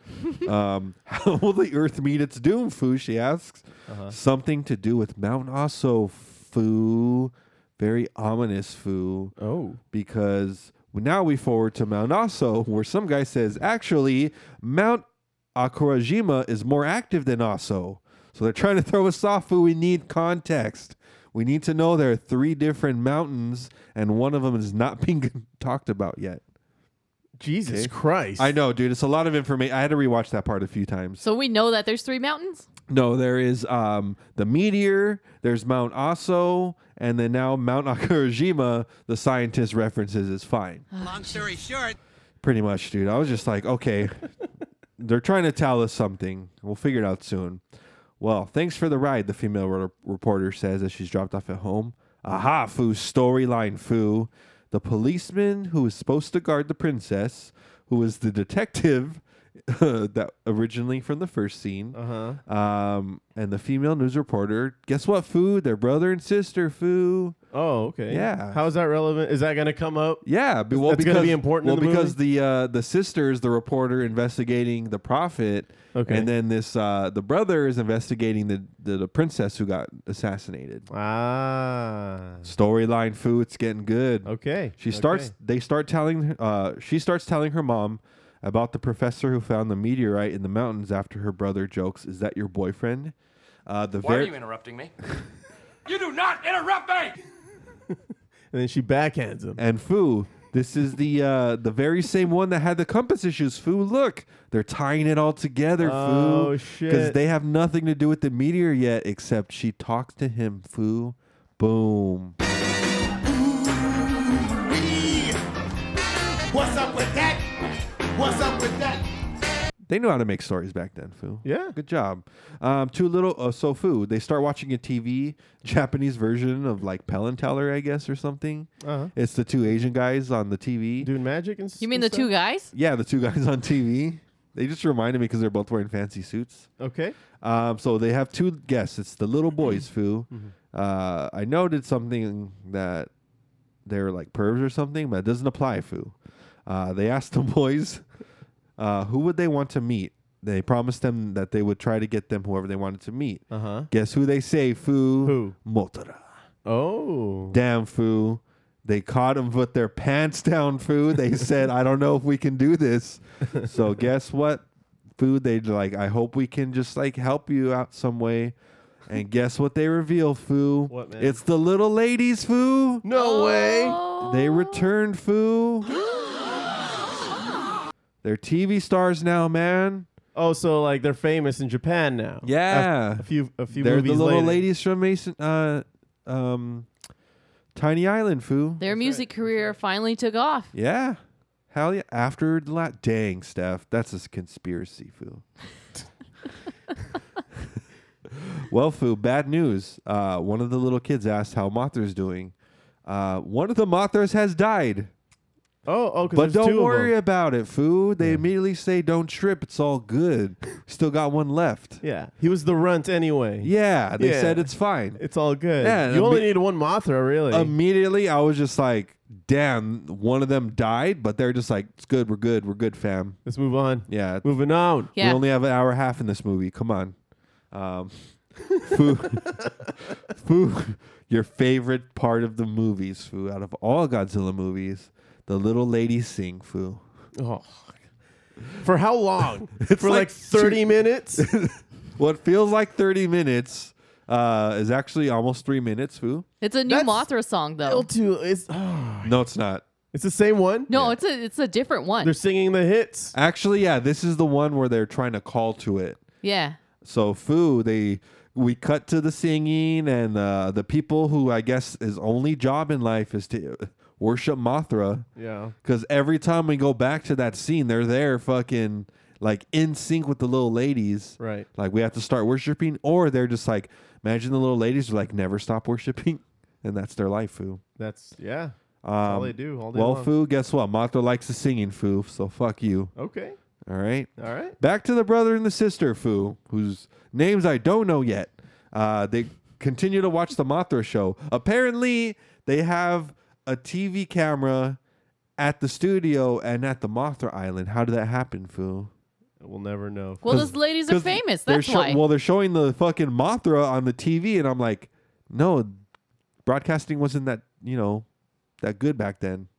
Speaker 3: um how will the earth meet its doom, Foo? She asks. Something to do with Mount Osso, Foo. Very ominous Foo
Speaker 2: Oh.
Speaker 3: because now we forward to Mount Aso, where some guy says, actually, Mount Akurajima is more active than Aso. So they're trying to throw us off, but we need context. We need to know there are three different mountains, and one of them is not being talked about yet.
Speaker 2: Jesus
Speaker 3: Okay.
Speaker 2: Christ.
Speaker 3: I know, dude. It's a lot of information. I had to rewatch that part a few times.
Speaker 4: So we know that there's three mountains.
Speaker 3: No, there is um, the meteor, there's Mount Aso, and then now Mount Akurajima, the scientist references is fine.
Speaker 1: Long story short,
Speaker 3: Pretty much, dude. I was just like, okay, they're trying to tell us something. We'll figure it out soon. Well, thanks for the ride, the female re- reporter says as she's dropped off at home. Aha, Foo, storyline, Foo. The policeman who was supposed to guard the princess, who was the detective that originally from the first scene,
Speaker 2: Uh
Speaker 3: uh-huh. um, and the female news reporter. Guess what, Foo? They're brother and sister, Foo.
Speaker 2: Oh, okay.
Speaker 3: Yeah.
Speaker 2: How's that relevant? Is that going to come up?
Speaker 3: Yeah, be- well,
Speaker 2: that's gonna
Speaker 3: because
Speaker 2: be important in
Speaker 3: Well,
Speaker 2: the
Speaker 3: because the uh, the sister is the reporter investigating the prophet,
Speaker 2: Okay.
Speaker 3: and then this uh, the brother is investigating the, the the princess who got assassinated.
Speaker 2: Ah.
Speaker 3: Storyline, foo, it's getting good.
Speaker 2: Okay.
Speaker 3: She starts.
Speaker 2: Okay.
Speaker 3: They start telling. Uh, she starts telling her mom about the professor who found the meteorite in the mountains. After her brother jokes, "Is that your boyfriend?" Uh, the
Speaker 5: Why are
Speaker 3: ver-
Speaker 5: you interrupting me? you do not interrupt me!
Speaker 2: And then she backhands him.
Speaker 3: And Foo, this is the uh, the very same one that had the compass issues. Foo, look, they're tying it all together.
Speaker 2: Oh,
Speaker 3: Foo,
Speaker 2: shit.
Speaker 3: they have nothing to do with the meteor yet, except she talks to him. Foo, boom.
Speaker 6: What's up with that? What's up with that?
Speaker 3: They knew how to make stories back then, Foo.
Speaker 2: Yeah.
Speaker 3: Good job. Um, two little, uh, so Foo, they start watching a TV, Japanese version of like Penn and Teller, I guess, or something.
Speaker 2: Uh-huh.
Speaker 3: It's the two Asian guys on the TV.
Speaker 2: Doing magic and s-
Speaker 4: You mean
Speaker 2: and
Speaker 4: the two
Speaker 2: stuff?
Speaker 4: guys?
Speaker 3: Yeah, the two guys on TV. They just reminded me because they're both wearing fancy suits.
Speaker 2: Okay.
Speaker 3: Um, so they have two guests. It's the little boys, Foo. Uh, I noted something that they're like pervs or something, but it doesn't apply, Foo. Uh, they asked the boys uh, who would they want to meet. They promised them that they would try to get them whoever they wanted to meet.
Speaker 2: Uh huh.
Speaker 3: Guess who they say, Foo?
Speaker 2: Who?
Speaker 3: Motora.
Speaker 2: Oh.
Speaker 3: Damn, Foo. They caught him with their pants down, Foo. They said, I don't know if we can do this. So guess what, Foo? They like, I hope we can just like help you out some way. And guess what they reveal, Foo?
Speaker 2: What, man?
Speaker 3: It's the little ladies, Foo.
Speaker 2: no way.
Speaker 4: Oh.
Speaker 3: They returned, Foo. They're TV stars now, man.
Speaker 2: Oh, so like they're famous in Japan now.
Speaker 3: Yeah.
Speaker 2: A, a few a few
Speaker 3: They're the
Speaker 2: movies
Speaker 3: little
Speaker 2: later.
Speaker 3: ladies from Mason, uh, um, Tiny Island, Foo.
Speaker 4: Their music career finally took off.
Speaker 3: Yeah. Hell yeah. After the la- dang, Steph, that's a s- conspiracy, Foo. well, Foo, bad news. Uh, one of the little kids asked how Mothra's doing. Uh, one of the Mothras has died,
Speaker 2: Oh, oh, 'cause
Speaker 3: but
Speaker 2: there's two
Speaker 3: don't
Speaker 2: of
Speaker 3: worry
Speaker 2: them.
Speaker 3: about it, Foo. They immediately say, "Don't trip. It's all good. Still got one left."
Speaker 2: Yeah, he was the runt anyway.
Speaker 3: Yeah, they
Speaker 2: Yeah.
Speaker 3: said it's fine.
Speaker 2: It's all good.
Speaker 3: Yeah,
Speaker 2: you
Speaker 3: a
Speaker 2: only
Speaker 3: bit-
Speaker 2: need one Mothra, really.
Speaker 3: Immediately, I was just like, "Damn, one of them died," but they're just like, "It's good. We're good. We're good, fam."
Speaker 2: Let's move on.
Speaker 3: Yeah,
Speaker 2: Moving on.
Speaker 4: Yeah.
Speaker 3: We only have an hour and a half in this movie. Come on. Um, Foo, Foo, your favorite part of the movies, Foo, out of all Godzilla movies, the little lady sing, Foo.
Speaker 2: Oh. For how long? For like,
Speaker 3: like
Speaker 2: 30 minutes?
Speaker 3: What feels like 30 minutes uh, is actually almost three minutes, Foo.
Speaker 4: It's a new
Speaker 2: That's-
Speaker 4: Mothra song though.
Speaker 2: Still too. It's, oh.
Speaker 3: No, it's not.
Speaker 2: it's the same one?
Speaker 4: No, it's a it's a different one.
Speaker 2: They're singing the hits.
Speaker 3: Actually, yeah, this is the one where they're trying to call to it.
Speaker 4: yeah.
Speaker 3: So Foo, they we cut to the singing and uh, the people who I guess his only job in life is to worship Mothra.
Speaker 2: Yeah.
Speaker 3: Because every time we go back to that scene, they're there fucking like in sync with the little ladies.
Speaker 2: Right.
Speaker 3: Like we have to start worshiping, or they're just like, imagine the little ladies are like, never stop worshiping. And that's their life, Foo.
Speaker 2: That's yeah.
Speaker 3: Um,
Speaker 2: all they do all day
Speaker 3: well,
Speaker 2: long.
Speaker 3: Foo, guess what? Mothra likes the singing, Foo. So fuck you.
Speaker 2: Okay.
Speaker 3: All right.
Speaker 2: All right.
Speaker 3: Back to the brother and the sister, Foo, whose names I don't know yet. Uh, they continue to watch the Mothra show. Apparently, they have a TV camera at the studio and at the Mothra Island. How did that happen, Foo?
Speaker 2: We'll never know.
Speaker 4: Well, those ladies are
Speaker 3: 'Cause
Speaker 4: famous.
Speaker 3: they're
Speaker 4: That's
Speaker 3: sho-
Speaker 4: why.
Speaker 3: Well, they're showing the fucking Mothra on the TV, and I'm like, no, broadcasting wasn't that you know that good back then.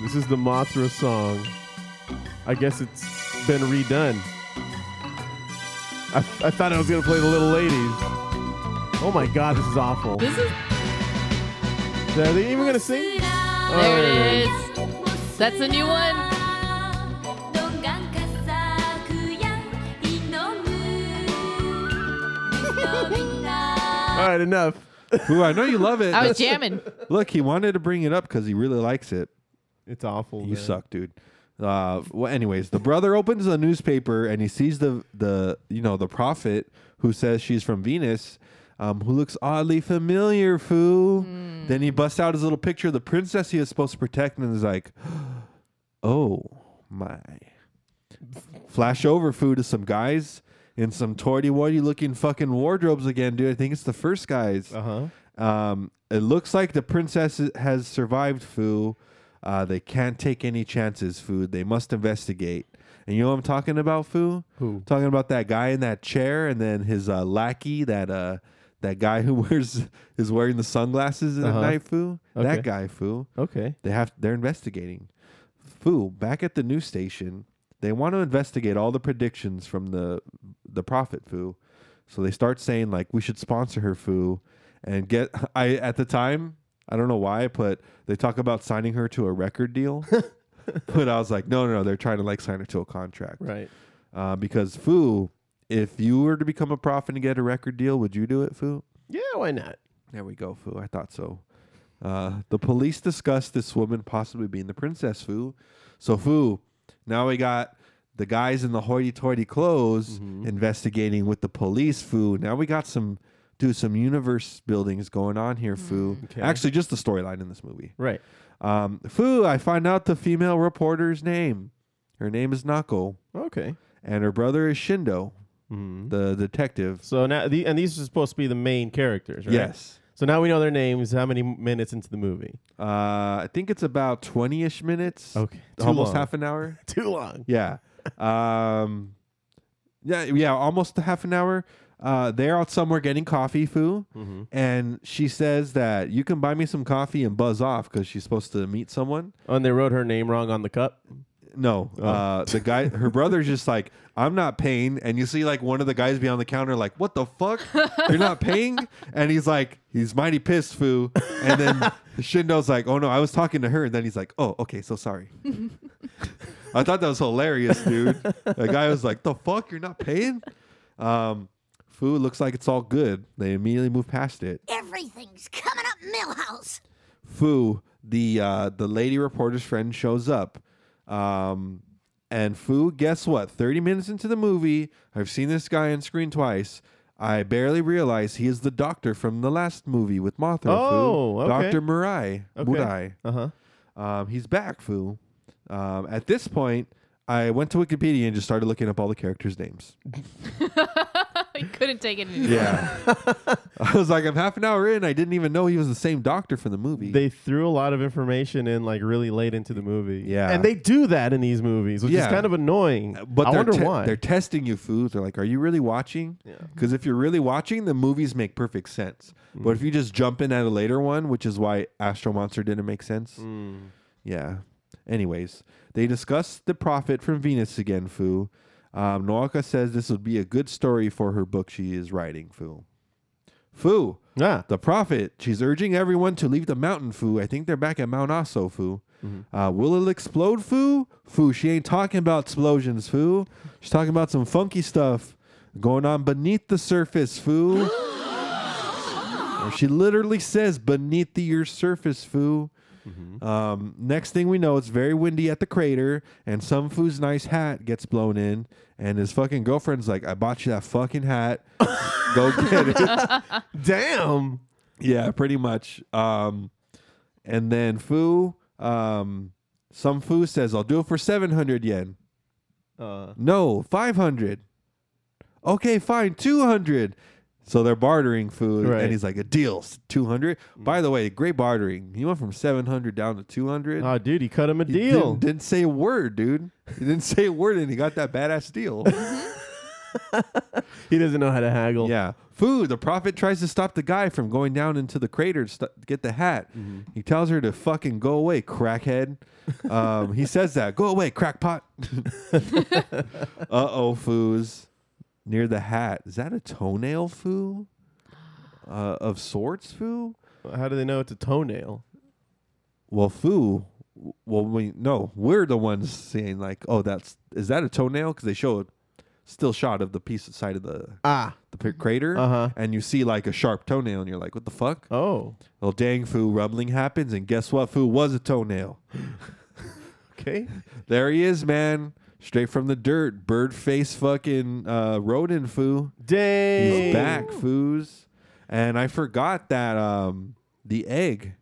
Speaker 2: This is the Mothra song. I guess it's been redone. I, I thought I was gonna play the little ladies. Oh my god, this is awful.
Speaker 4: this is
Speaker 2: Are they even gonna sing?
Speaker 3: Oh,
Speaker 4: there
Speaker 2: Alright.
Speaker 4: it is. That's the new one.
Speaker 2: All right, enough.
Speaker 3: Foo, I know you love it.
Speaker 4: I was jamming.
Speaker 3: Look, he wanted to bring it up because he really likes it.
Speaker 2: It's awful.
Speaker 3: You
Speaker 2: man.
Speaker 3: suck, dude. Uh, well, anyways, the brother opens the newspaper and he sees the the you know the prophet who says she's from Venus, um, who looks oddly familiar. Foo. Then he busts out his little picture of the princess he was supposed to protect and is like, "Oh my!" Flash over Foo to some guys in some toity-woity looking fucking wardrobes again, dude. I think it's the first guys.
Speaker 2: Uh huh.
Speaker 3: Um, it looks like the princess i- has survived, Foo. Uh, they can't take any chances, Foo. They must investigate. And you know what I'm talking about, Foo?
Speaker 2: Who?
Speaker 3: Talking about that guy in that chair, and then his uh, lackey, that uh, that guy who wears is wearing the sunglasses in
Speaker 2: Uh-huh.
Speaker 3: the night, Foo.
Speaker 2: Okay.
Speaker 3: That guy, Foo.
Speaker 2: Okay.
Speaker 3: They have they're investigating. Foo, back at the news station, they want to investigate all the predictions from the the prophet Foo. So they start saying like we should sponsor her Foo and get I at the time, I don't know why, but they talk about signing her to a record deal. but I was like, no, no, no, they're trying to like sign her to a contract.
Speaker 2: Right.
Speaker 3: Uh, because Foo, if you were to become a prophet and get a record deal, would you do it, Foo?
Speaker 2: Yeah. Why not?
Speaker 3: There we go, Foo. I thought so. Uh, the police discussed this woman possibly being the princess, Foo. So, Foo, now we got the guys in the hoity toity clothes
Speaker 2: Mm-hmm.
Speaker 3: investigating with the police, Foo. Now we got some, dude, some universe buildings going on here, Foo.
Speaker 2: Okay.
Speaker 3: Actually, just the storyline in this movie.
Speaker 2: Right.
Speaker 3: Um, Foo, I find out the female reporter's name. Her name is Nako,
Speaker 2: Okay.
Speaker 3: and her brother is Shindo,
Speaker 2: Mhm.
Speaker 3: the detective.
Speaker 2: So now, the, and these are supposed to be the main characters, right?
Speaker 3: Yes.
Speaker 2: So now we know their names. How many minutes into the movie?
Speaker 3: Uh, I think it's about 20 ish minutes.
Speaker 2: Okay. Too
Speaker 3: almost
Speaker 2: long.
Speaker 3: half an hour.
Speaker 2: Too long.
Speaker 3: Yeah. um, yeah, yeah, almost a half an hour. Uh, they're out somewhere getting coffee, foo,
Speaker 2: Mm-hmm.
Speaker 3: and she says that you can buy me some coffee and buzz off because she's supposed to meet someone.
Speaker 2: Oh, and they wrote her name wrong on the cup.
Speaker 3: No, uh, the guy, her brother's just like, I'm not paying, and you see like one of the guys behind the counter, like, what the fuck, you're not paying, and he's like, he's mighty pissed, foo, and then Shindo's like, oh no, I was talking to her, and then he's like, oh, okay, so sorry. I thought that was hilarious, dude. The guy was like, "The fuck, you're not paying?" Um, food looks like it's all good. They immediately move past it.
Speaker 7: Everything's coming up Millhouse.
Speaker 3: Foo, the uh, the lady reporter's friend, shows up. Um, and Foo, guess what? Thirty minutes into the movie, I've seen this guy on screen twice. I barely realize he is the doctor from the last movie with Mothra.
Speaker 2: Oh, okay.
Speaker 3: Doctor Murai.
Speaker 2: Okay.
Speaker 3: Murai.
Speaker 2: Uh huh.
Speaker 3: Um, he's back, Foo. Um, at this point, I went to Wikipedia and just started looking up all the characters' names.
Speaker 4: I couldn't take it anymore.
Speaker 3: Yeah. I was like, I'm half an hour in. I didn't even know he was the same doctor from the movie.
Speaker 2: They threw a lot of information in like really late into the movie.
Speaker 3: Yeah.
Speaker 2: And they do that in these movies, which is
Speaker 3: Yeah. Uh,
Speaker 2: kind of annoying.
Speaker 3: but
Speaker 2: I
Speaker 3: they're
Speaker 2: wonder
Speaker 3: te-
Speaker 2: why.
Speaker 3: They're testing you, fools. They're like, are you really watching? Because if you're really watching, the movies make perfect sense. But
Speaker 2: Mm.
Speaker 3: if you just jump in at a later one, which is why Astro Monster didn't make sense.
Speaker 2: Mm.
Speaker 3: Yeah. Anyways, they discuss the prophet from Venus again, Foo. Um, Noaka says this would be a good story for her book she is writing, Foo. Fu,
Speaker 2: Yeah.
Speaker 3: the prophet, she's urging everyone to leave the mountain, Fu. I think they're back at Mount Osso, Fu. Uh, will it explode, Fu? Fu, she ain't talking about explosions, Fu. She's talking about some funky stuff going on beneath the surface, Fu. Or she literally says beneath the earth's surface, Foo. Um, next thing we know, it's very windy at the crater, and some Foo's nice hat gets blown in, and his fucking girlfriend's like, "I bought you that fucking hat. Go get it."
Speaker 2: Damn.
Speaker 3: yeah, pretty much. Um, and then Foo, um, some Foo says, "I'll do it for seven hundred yen."
Speaker 2: Uh,
Speaker 3: No, five hundred. Okay, fine, two hundred. So they're bartering food,
Speaker 2: Right.
Speaker 3: and he's like, "A deal, two hundred. By the way, great bartering. He went from seven hundred down to two hundred.
Speaker 2: oh, dude, he cut him a
Speaker 3: he
Speaker 2: deal.
Speaker 3: Didn't, didn't say a word, dude. He didn't say a word, and he got that badass deal.
Speaker 2: He doesn't know how to haggle.
Speaker 3: yeah. Food. The prophet tries to stop the guy from going down into the crater to st- get the hat. He tells her to fucking go away, crackhead. Um, he says that. Go away, crackpot. uh oh, foos. Near the hat. Is that a toenail foo? Uh, of sorts, foo?
Speaker 2: How do they know it's a toenail?
Speaker 3: Well, foo. w- Well, we no, we're the ones saying like, oh, that's is that a toenail? Because they show a still shot of the piece side of the
Speaker 2: Ah.
Speaker 3: the p- crater,
Speaker 2: Uh-huh.
Speaker 3: and you see like a sharp toenail, and you're like, what the fuck?
Speaker 2: Oh.
Speaker 3: Well, dang, foo, rumbling happens, and guess what? Foo was a toenail.
Speaker 2: Okay.
Speaker 3: There he is, man, straight from the dirt, bird face, fucking uh, rodent, foo. He's
Speaker 2: Dang.
Speaker 3: back, foos. And I forgot that um, the egg,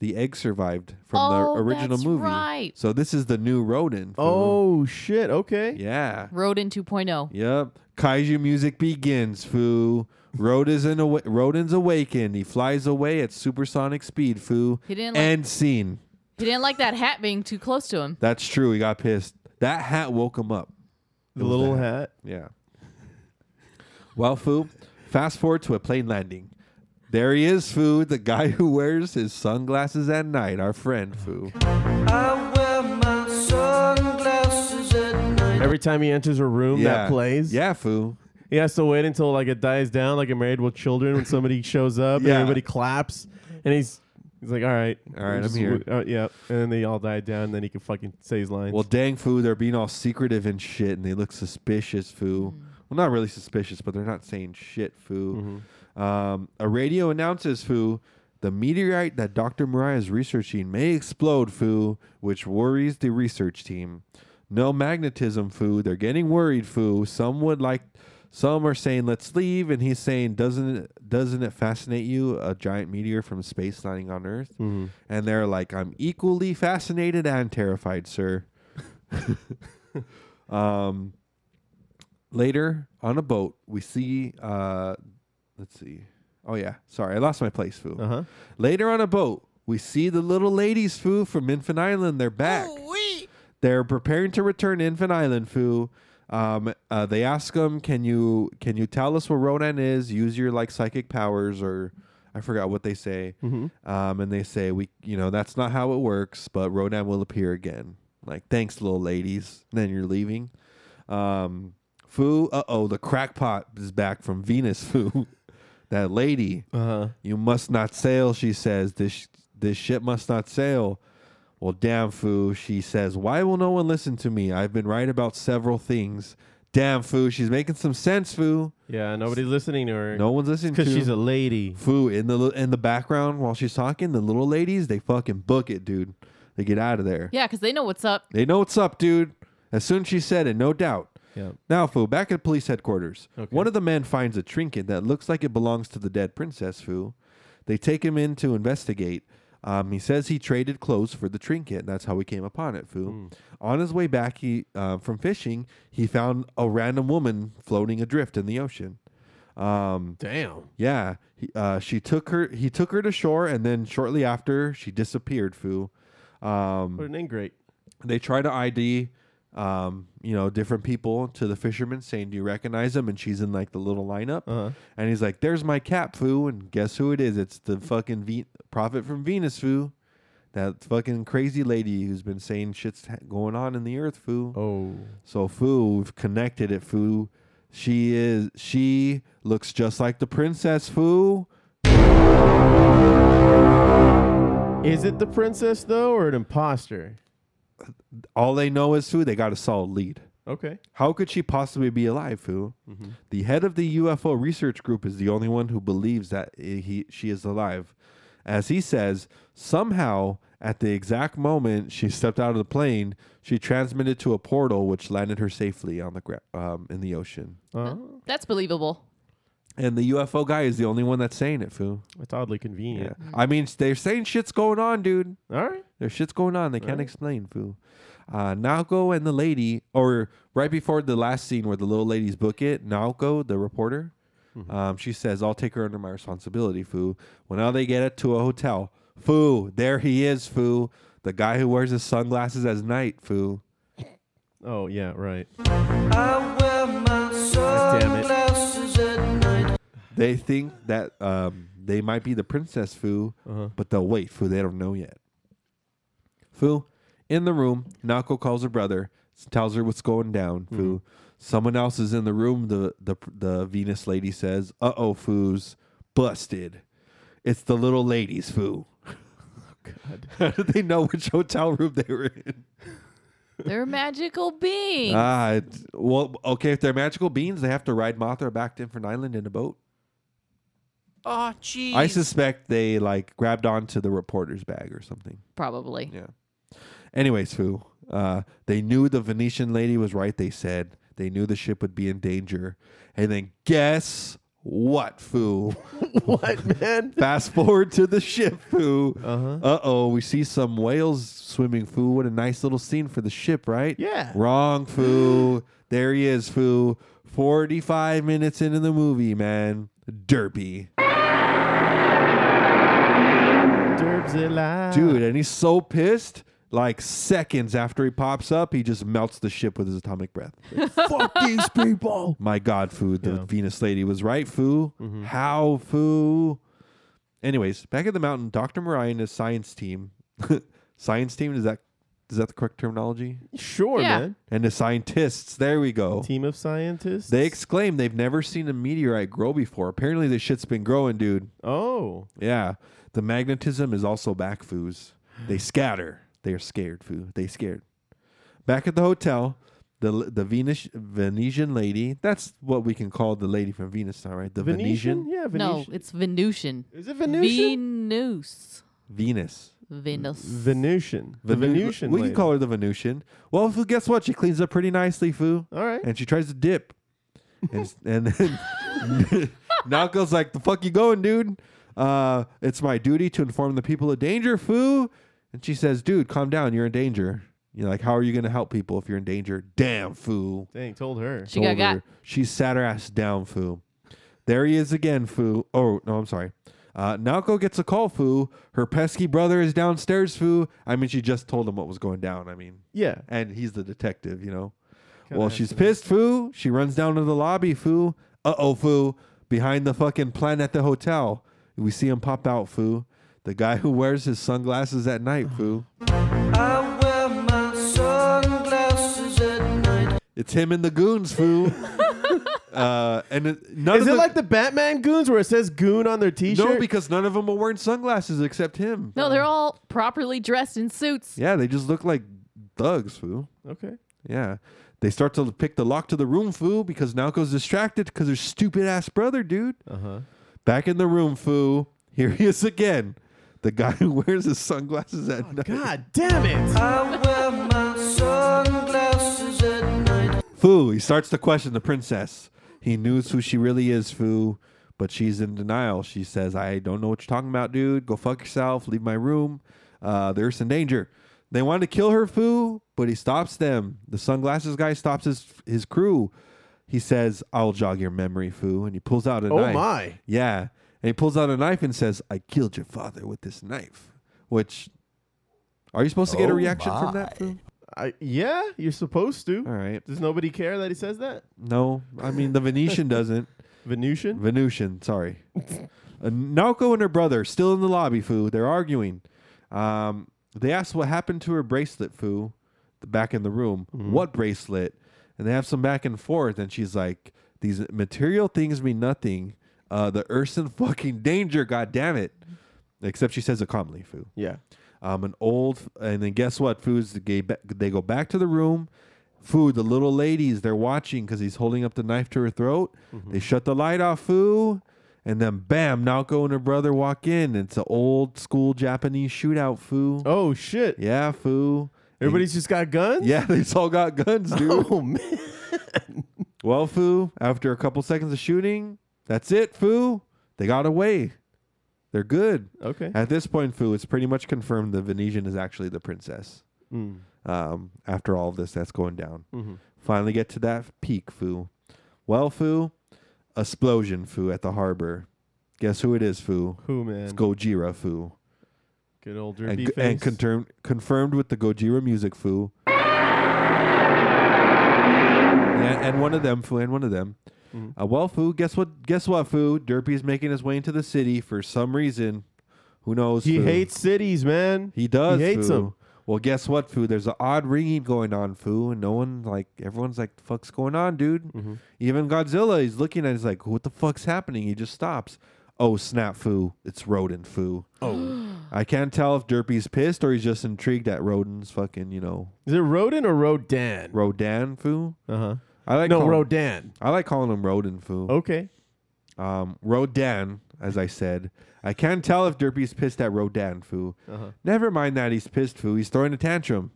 Speaker 3: the egg survived from
Speaker 4: Oh,
Speaker 3: the original
Speaker 4: that's
Speaker 3: movie.
Speaker 4: right.
Speaker 3: So this is the new rodent. foo.
Speaker 2: Oh shit. Okay.
Speaker 3: yeah.
Speaker 4: Rodin 2.0.
Speaker 3: Yep. Kaiju music begins, foo. Rodin's, an awa- Rodin's awakened. He flies away at supersonic speed, foo.
Speaker 4: He didn't like-
Speaker 3: End scene.
Speaker 4: He didn't like that hat being too close to him.
Speaker 3: That's true. He got pissed. That hat woke him up.
Speaker 2: The little hat.
Speaker 3: Yeah. Well, Foo, fast forward to a plane landing. There he is, Foo, the guy who wears his sunglasses at night, our friend Foo.
Speaker 1: I wear my sunglasses at night.
Speaker 2: Every time he enters a room that plays,
Speaker 3: Yeah, Foo.
Speaker 2: he has to wait until like it dies down, like in Married with Children, when somebody shows up and
Speaker 3: Yeah.
Speaker 2: everybody claps, and he's he's like, "All right,
Speaker 3: All right, I'm
Speaker 2: Just
Speaker 3: here."
Speaker 2: w- uh, yeah, and then they all die down, and then he can fucking say his lines.
Speaker 3: Well, dang, Foo, they're being all secretive and shit, and they look suspicious, Foo. Well, not really suspicious, but they're not saying shit, Foo. Um, a radio announces, Foo, the meteorite that Dr. Mariah is researching may explode, Foo, which worries the research team. No magnetism, Foo. They're getting worried, Foo. Some would like. Some are saying let's leave, and he's saying doesn't it, doesn't it fascinate you a giant meteor from space landing on Earth? And they're like I'm equally fascinated and terrified, sir. later on a boat we see uh let's see oh yeah sorry i lost my place foo
Speaker 2: uh huh.
Speaker 3: later on a boat we see the little ladies foo from infant island they're back they're preparing to return to infant island foo um, uh, they ask them, "Can you can you tell us where Ronan is? Use your like psychic powers, or I forgot what they say." Um, and they say, "We, you know, that's not how it works, but Ronan will appear again." Like, thanks, little ladies. And then you're leaving. Um, Foo, uh oh, the crackpot is back from Venus. Foo, that lady, uh-huh. you must not sail. She says this this ship must not sail. Well, damn, Foo, she says. Why will no one listen to me? I've been right about several things. Damn, Foo, she's making some sense. Foo,
Speaker 2: Yeah, nobody's listening to her.
Speaker 3: no one's listening
Speaker 2: because
Speaker 3: to.
Speaker 2: she's a lady.
Speaker 3: Foo in the li- in the background while she's talking. The little ladies, they fucking book it, dude. They get out of there.
Speaker 4: Yeah, because they know what's up.
Speaker 3: They know what's up, dude. As soon as she said it, no doubt.
Speaker 2: Yeah.
Speaker 3: Now, Fu, back at police headquarters, one of the men finds a trinket that looks like it belongs to the dead princess, Fu. They take him in to investigate. Um, he says he traded clothes for the trinket. and That's how we came upon it, Fu. On his way back he, uh, from fishing, he found a random woman floating adrift in the ocean. Um,
Speaker 2: Damn.
Speaker 3: Yeah, he, uh, she took her. He took her to shore, and then shortly after, she disappeared. Fu. Um,
Speaker 2: What an ingrate.
Speaker 3: they try to ID, um, you know, different people to the fisherman, saying, "Do you recognize him?" And she's in like the little lineup, and he's like, "There's my cap, foo." And guess who it is? It's the fucking ve- prophet from Venus, foo. That fucking crazy lady who's been saying shit's ha- going on in the earth, foo.
Speaker 2: Oh.
Speaker 3: So foo, we've connected it, foo. She is. She looks just like the princess. Foo.
Speaker 2: Is it the princess though, or an imposter?
Speaker 3: All they know is Foo. They got a solid lead.
Speaker 2: Okay.
Speaker 3: How could she possibly be alive, Foo? The head of the UFO research group is the only one who believes that i- he she is alive. As he says, somehow at the exact moment she stepped out of the plane, she transmitted to a portal which landed her safely on the gra- um, in the ocean.
Speaker 4: That's believable.
Speaker 3: And the UFO guy is the only one that's saying it, Foo.
Speaker 2: It's oddly
Speaker 3: Yeah.
Speaker 2: convenient.
Speaker 3: I mean, they're saying shit's going on, dude.
Speaker 2: All right.
Speaker 3: There's shit's going on. They can't explain, foo. Uh, Naoko and the lady, or right before the last scene where the little ladies book it, Naoko, the reporter, um, she says, I'll take her under my responsibility, foo. Well, now they get it to a hotel. Foo, there he is, foo. The guy who wears his sunglasses at night, foo.
Speaker 2: Oh yeah, right.
Speaker 1: I wear my sunglasses at night.
Speaker 3: They think that um, they might be the princess, foo, but they'll wait, foo. They don't know yet. Foo, in the room, Nako calls her brother, s- tells her what's going down. Foo, someone else is in the room. The the the Venus lady says, "Uh oh, foo's busted. It's the little ladies, foo." God, how did they know which hotel room they were in?
Speaker 4: They're magical beings.
Speaker 3: Ah, it's- well, okay. If they're magical beings, they have to ride Mothra back to Infern Island in a boat.
Speaker 1: Oh, jeez.
Speaker 3: I suspect they like grabbed onto the reporter's bag or something.
Speaker 4: Probably.
Speaker 3: Yeah. Anyways, Foo, uh, they knew the Venetian lady was right. They said they knew the ship would be in danger. And then guess what, Foo?
Speaker 2: What man?
Speaker 3: Fast forward to the ship, Foo. Uh-huh. Uh-oh, we see some whales swimming, Foo. What a nice little scene for the ship, right?
Speaker 2: Yeah.
Speaker 3: Wrong, Foo. there he is, Foo. 45 minutes into the movie, man. Derpy.
Speaker 2: Derb's alive.
Speaker 3: dude and he's so pissed like seconds after he pops up he just melts the ship with his atomic breath Like, fuck these people my god foo the venus lady was right foo how foo anyways back at the mountain dr mariah and his science team science team is that is that the correct terminology
Speaker 2: Sure,
Speaker 4: Yeah.
Speaker 2: man.
Speaker 3: and the scientists there we go
Speaker 2: Team of scientists.
Speaker 3: they exclaim they've never seen a meteorite grow before apparently this shit's been growing dude
Speaker 2: oh,
Speaker 3: yeah. The magnetism is also back foos. They scatter. They are scared, foo. They scared. Back at the hotel, the the Venus Venetian lady, that's what we can call the lady from Venus now, right? The
Speaker 2: Venetian?
Speaker 3: Venetian,
Speaker 2: Yeah,
Speaker 4: No,
Speaker 2: Venetian.
Speaker 4: it's Venusian.
Speaker 2: Is it Venusian?
Speaker 4: Venus.
Speaker 3: Venus.
Speaker 4: Venus.
Speaker 2: Venusian. The
Speaker 3: Venu-
Speaker 2: Venusian.
Speaker 3: We
Speaker 2: lady.
Speaker 3: can call her the Venusian. Well, foo, guess what? She cleans up pretty nicely, foo.
Speaker 2: All right.
Speaker 3: And she tries to dip. And, s- and then Naoko's like, the fuck you going, dude? Uh, it's my duty to inform the people of danger, foo. And she says, dude, calm down. You're in danger. You're like, how are you going to help people if you're in danger? Damn, foo.
Speaker 2: Dang, told her.
Speaker 4: She got
Speaker 3: Told
Speaker 4: got.
Speaker 3: her. She sat her ass down, foo. There he is again, foo. Oh, no, I'm sorry. Uh, Naoko gets a call, foo. Her pesky brother is downstairs, foo. I mean, she just told him what was going down. I mean,
Speaker 2: Yeah.
Speaker 3: and he's the detective, you know. well, she's pissed, foo. She runs down to the lobby, foo. Uh oh, foo. Behind the fucking plant at the hotel, we see him pop out, foo. The guy who wears his sunglasses at night, foo.
Speaker 1: I wear my sunglasses at night.
Speaker 3: It's him and the goons, foo. uh, and it, none
Speaker 2: Is
Speaker 3: of
Speaker 2: it
Speaker 3: the,
Speaker 2: like the Batman goons where it says goon on their t shirt?
Speaker 3: no, because none of them are wearing sunglasses except him.
Speaker 4: No, they're all properly dressed in suits.
Speaker 3: Yeah, they just look like thugs, foo.
Speaker 2: Okay.
Speaker 3: Yeah. They start to pick the lock to the room, foo, because Naoko's distracted because her stupid ass brother, dude. Uh huh. Back in the room, foo. Here he is again. The guy who wears his sunglasses at night.
Speaker 2: God damn it.
Speaker 1: I wear my sunglasses at night.
Speaker 3: Foo, he starts to question the princess. He knows who she really is, Foo, but she's in denial. She says, I don't know what you're talking about, dude. Go fuck yourself. Leave my room. Uh, the Earth's in danger. They want to kill her, Foo, but he stops them. The sunglasses guy stops his, his crew. He says, I'll jog your memory, Foo. And he pulls out a
Speaker 2: Oh
Speaker 3: knife.
Speaker 2: my.
Speaker 3: Yeah. And he pulls out a knife and says, I killed your father with this knife. Which, are you supposed to
Speaker 2: Oh,
Speaker 3: get a reaction from that, Foo?
Speaker 2: I, yeah, you're supposed to.
Speaker 3: All right.
Speaker 2: Does nobody care that he says that?
Speaker 3: No, I mean, the Venetian doesn't.
Speaker 2: Venusian?
Speaker 3: Venusian, sorry. uh, Naoko and her brother still in the lobby, foo. They're arguing. Um, they ask what happened to her bracelet, foo, the- back in the room. What bracelet? And they have some back and forth, and she's like, These material things mean nothing. Uh, the earth's in fucking danger. God damn it! Except she says it calmly, foo.
Speaker 2: Yeah.
Speaker 3: Um, an old, and then guess what? Foo's the gay. ba- They go back to the room. Foo, the little ladies, they're watching because he's holding up the knife to her throat.
Speaker 2: Mm-hmm.
Speaker 3: They shut the light off. Foo, and then bam, Naoko and her brother walk in. It's an old school Japanese shootout. Foo.
Speaker 2: Oh shit.
Speaker 3: Yeah, Foo.
Speaker 2: Everybody's just got guns.
Speaker 3: Yeah, they all got guns, dude.
Speaker 2: Oh man.
Speaker 3: Well, Foo, after a couple seconds of shooting, that's it, Foo. They got away. They're good.
Speaker 2: Okay.
Speaker 3: At this point, Foo, it's pretty much confirmed the Venetian is actually the princess.
Speaker 2: Mm.
Speaker 3: Um, after all of this, that's going down.
Speaker 2: Mm-hmm.
Speaker 3: Finally, get to that peak, Foo. Well, Foo, explosion, Foo, at the harbor. Guess who it is, Foo?
Speaker 2: Who man?
Speaker 3: It's Gojira, Foo.
Speaker 2: Good old
Speaker 3: And,
Speaker 2: drippy
Speaker 3: c- and
Speaker 2: face.
Speaker 3: confirmed, confirmed with the Gojira music, Foo. And, and one of them, Foo, and one of them.
Speaker 2: Mm-hmm.
Speaker 3: Uh, well, Foo, guess what? Guess what, Foo? Derpy's making his way into the city for some reason. Who knows?
Speaker 2: he
Speaker 3: Foo?
Speaker 2: hates cities, man.
Speaker 3: He does.
Speaker 2: He hates
Speaker 3: Foo.
Speaker 2: them.
Speaker 3: Well, guess what, Foo? There's an odd ringing going on, Foo, and no one like everyone's like, "Fuck's going on, dude?"
Speaker 2: Mm-hmm.
Speaker 3: Even Godzilla, he's looking at, it, he's like, "What the fuck's happening?" He just stops. Oh snap, Foo! It's Rodin, Foo. Oh, I can't tell if Derpy's pissed or he's just intrigued at Rodin's fucking, you know,
Speaker 2: Is it Rodin or Rodan?
Speaker 3: Rodan, Foo.
Speaker 2: uh huh.
Speaker 3: I like
Speaker 2: No,
Speaker 3: calling-
Speaker 2: Rodan. Oh,
Speaker 3: I like calling him Rodin, Foo.
Speaker 2: Okay.
Speaker 3: Um, Rodan, as I said, I can't tell if Derpy's pissed at Rodan, foo.
Speaker 2: Uh-huh.
Speaker 3: Never mind that he's pissed, foo. He's throwing a tantrum.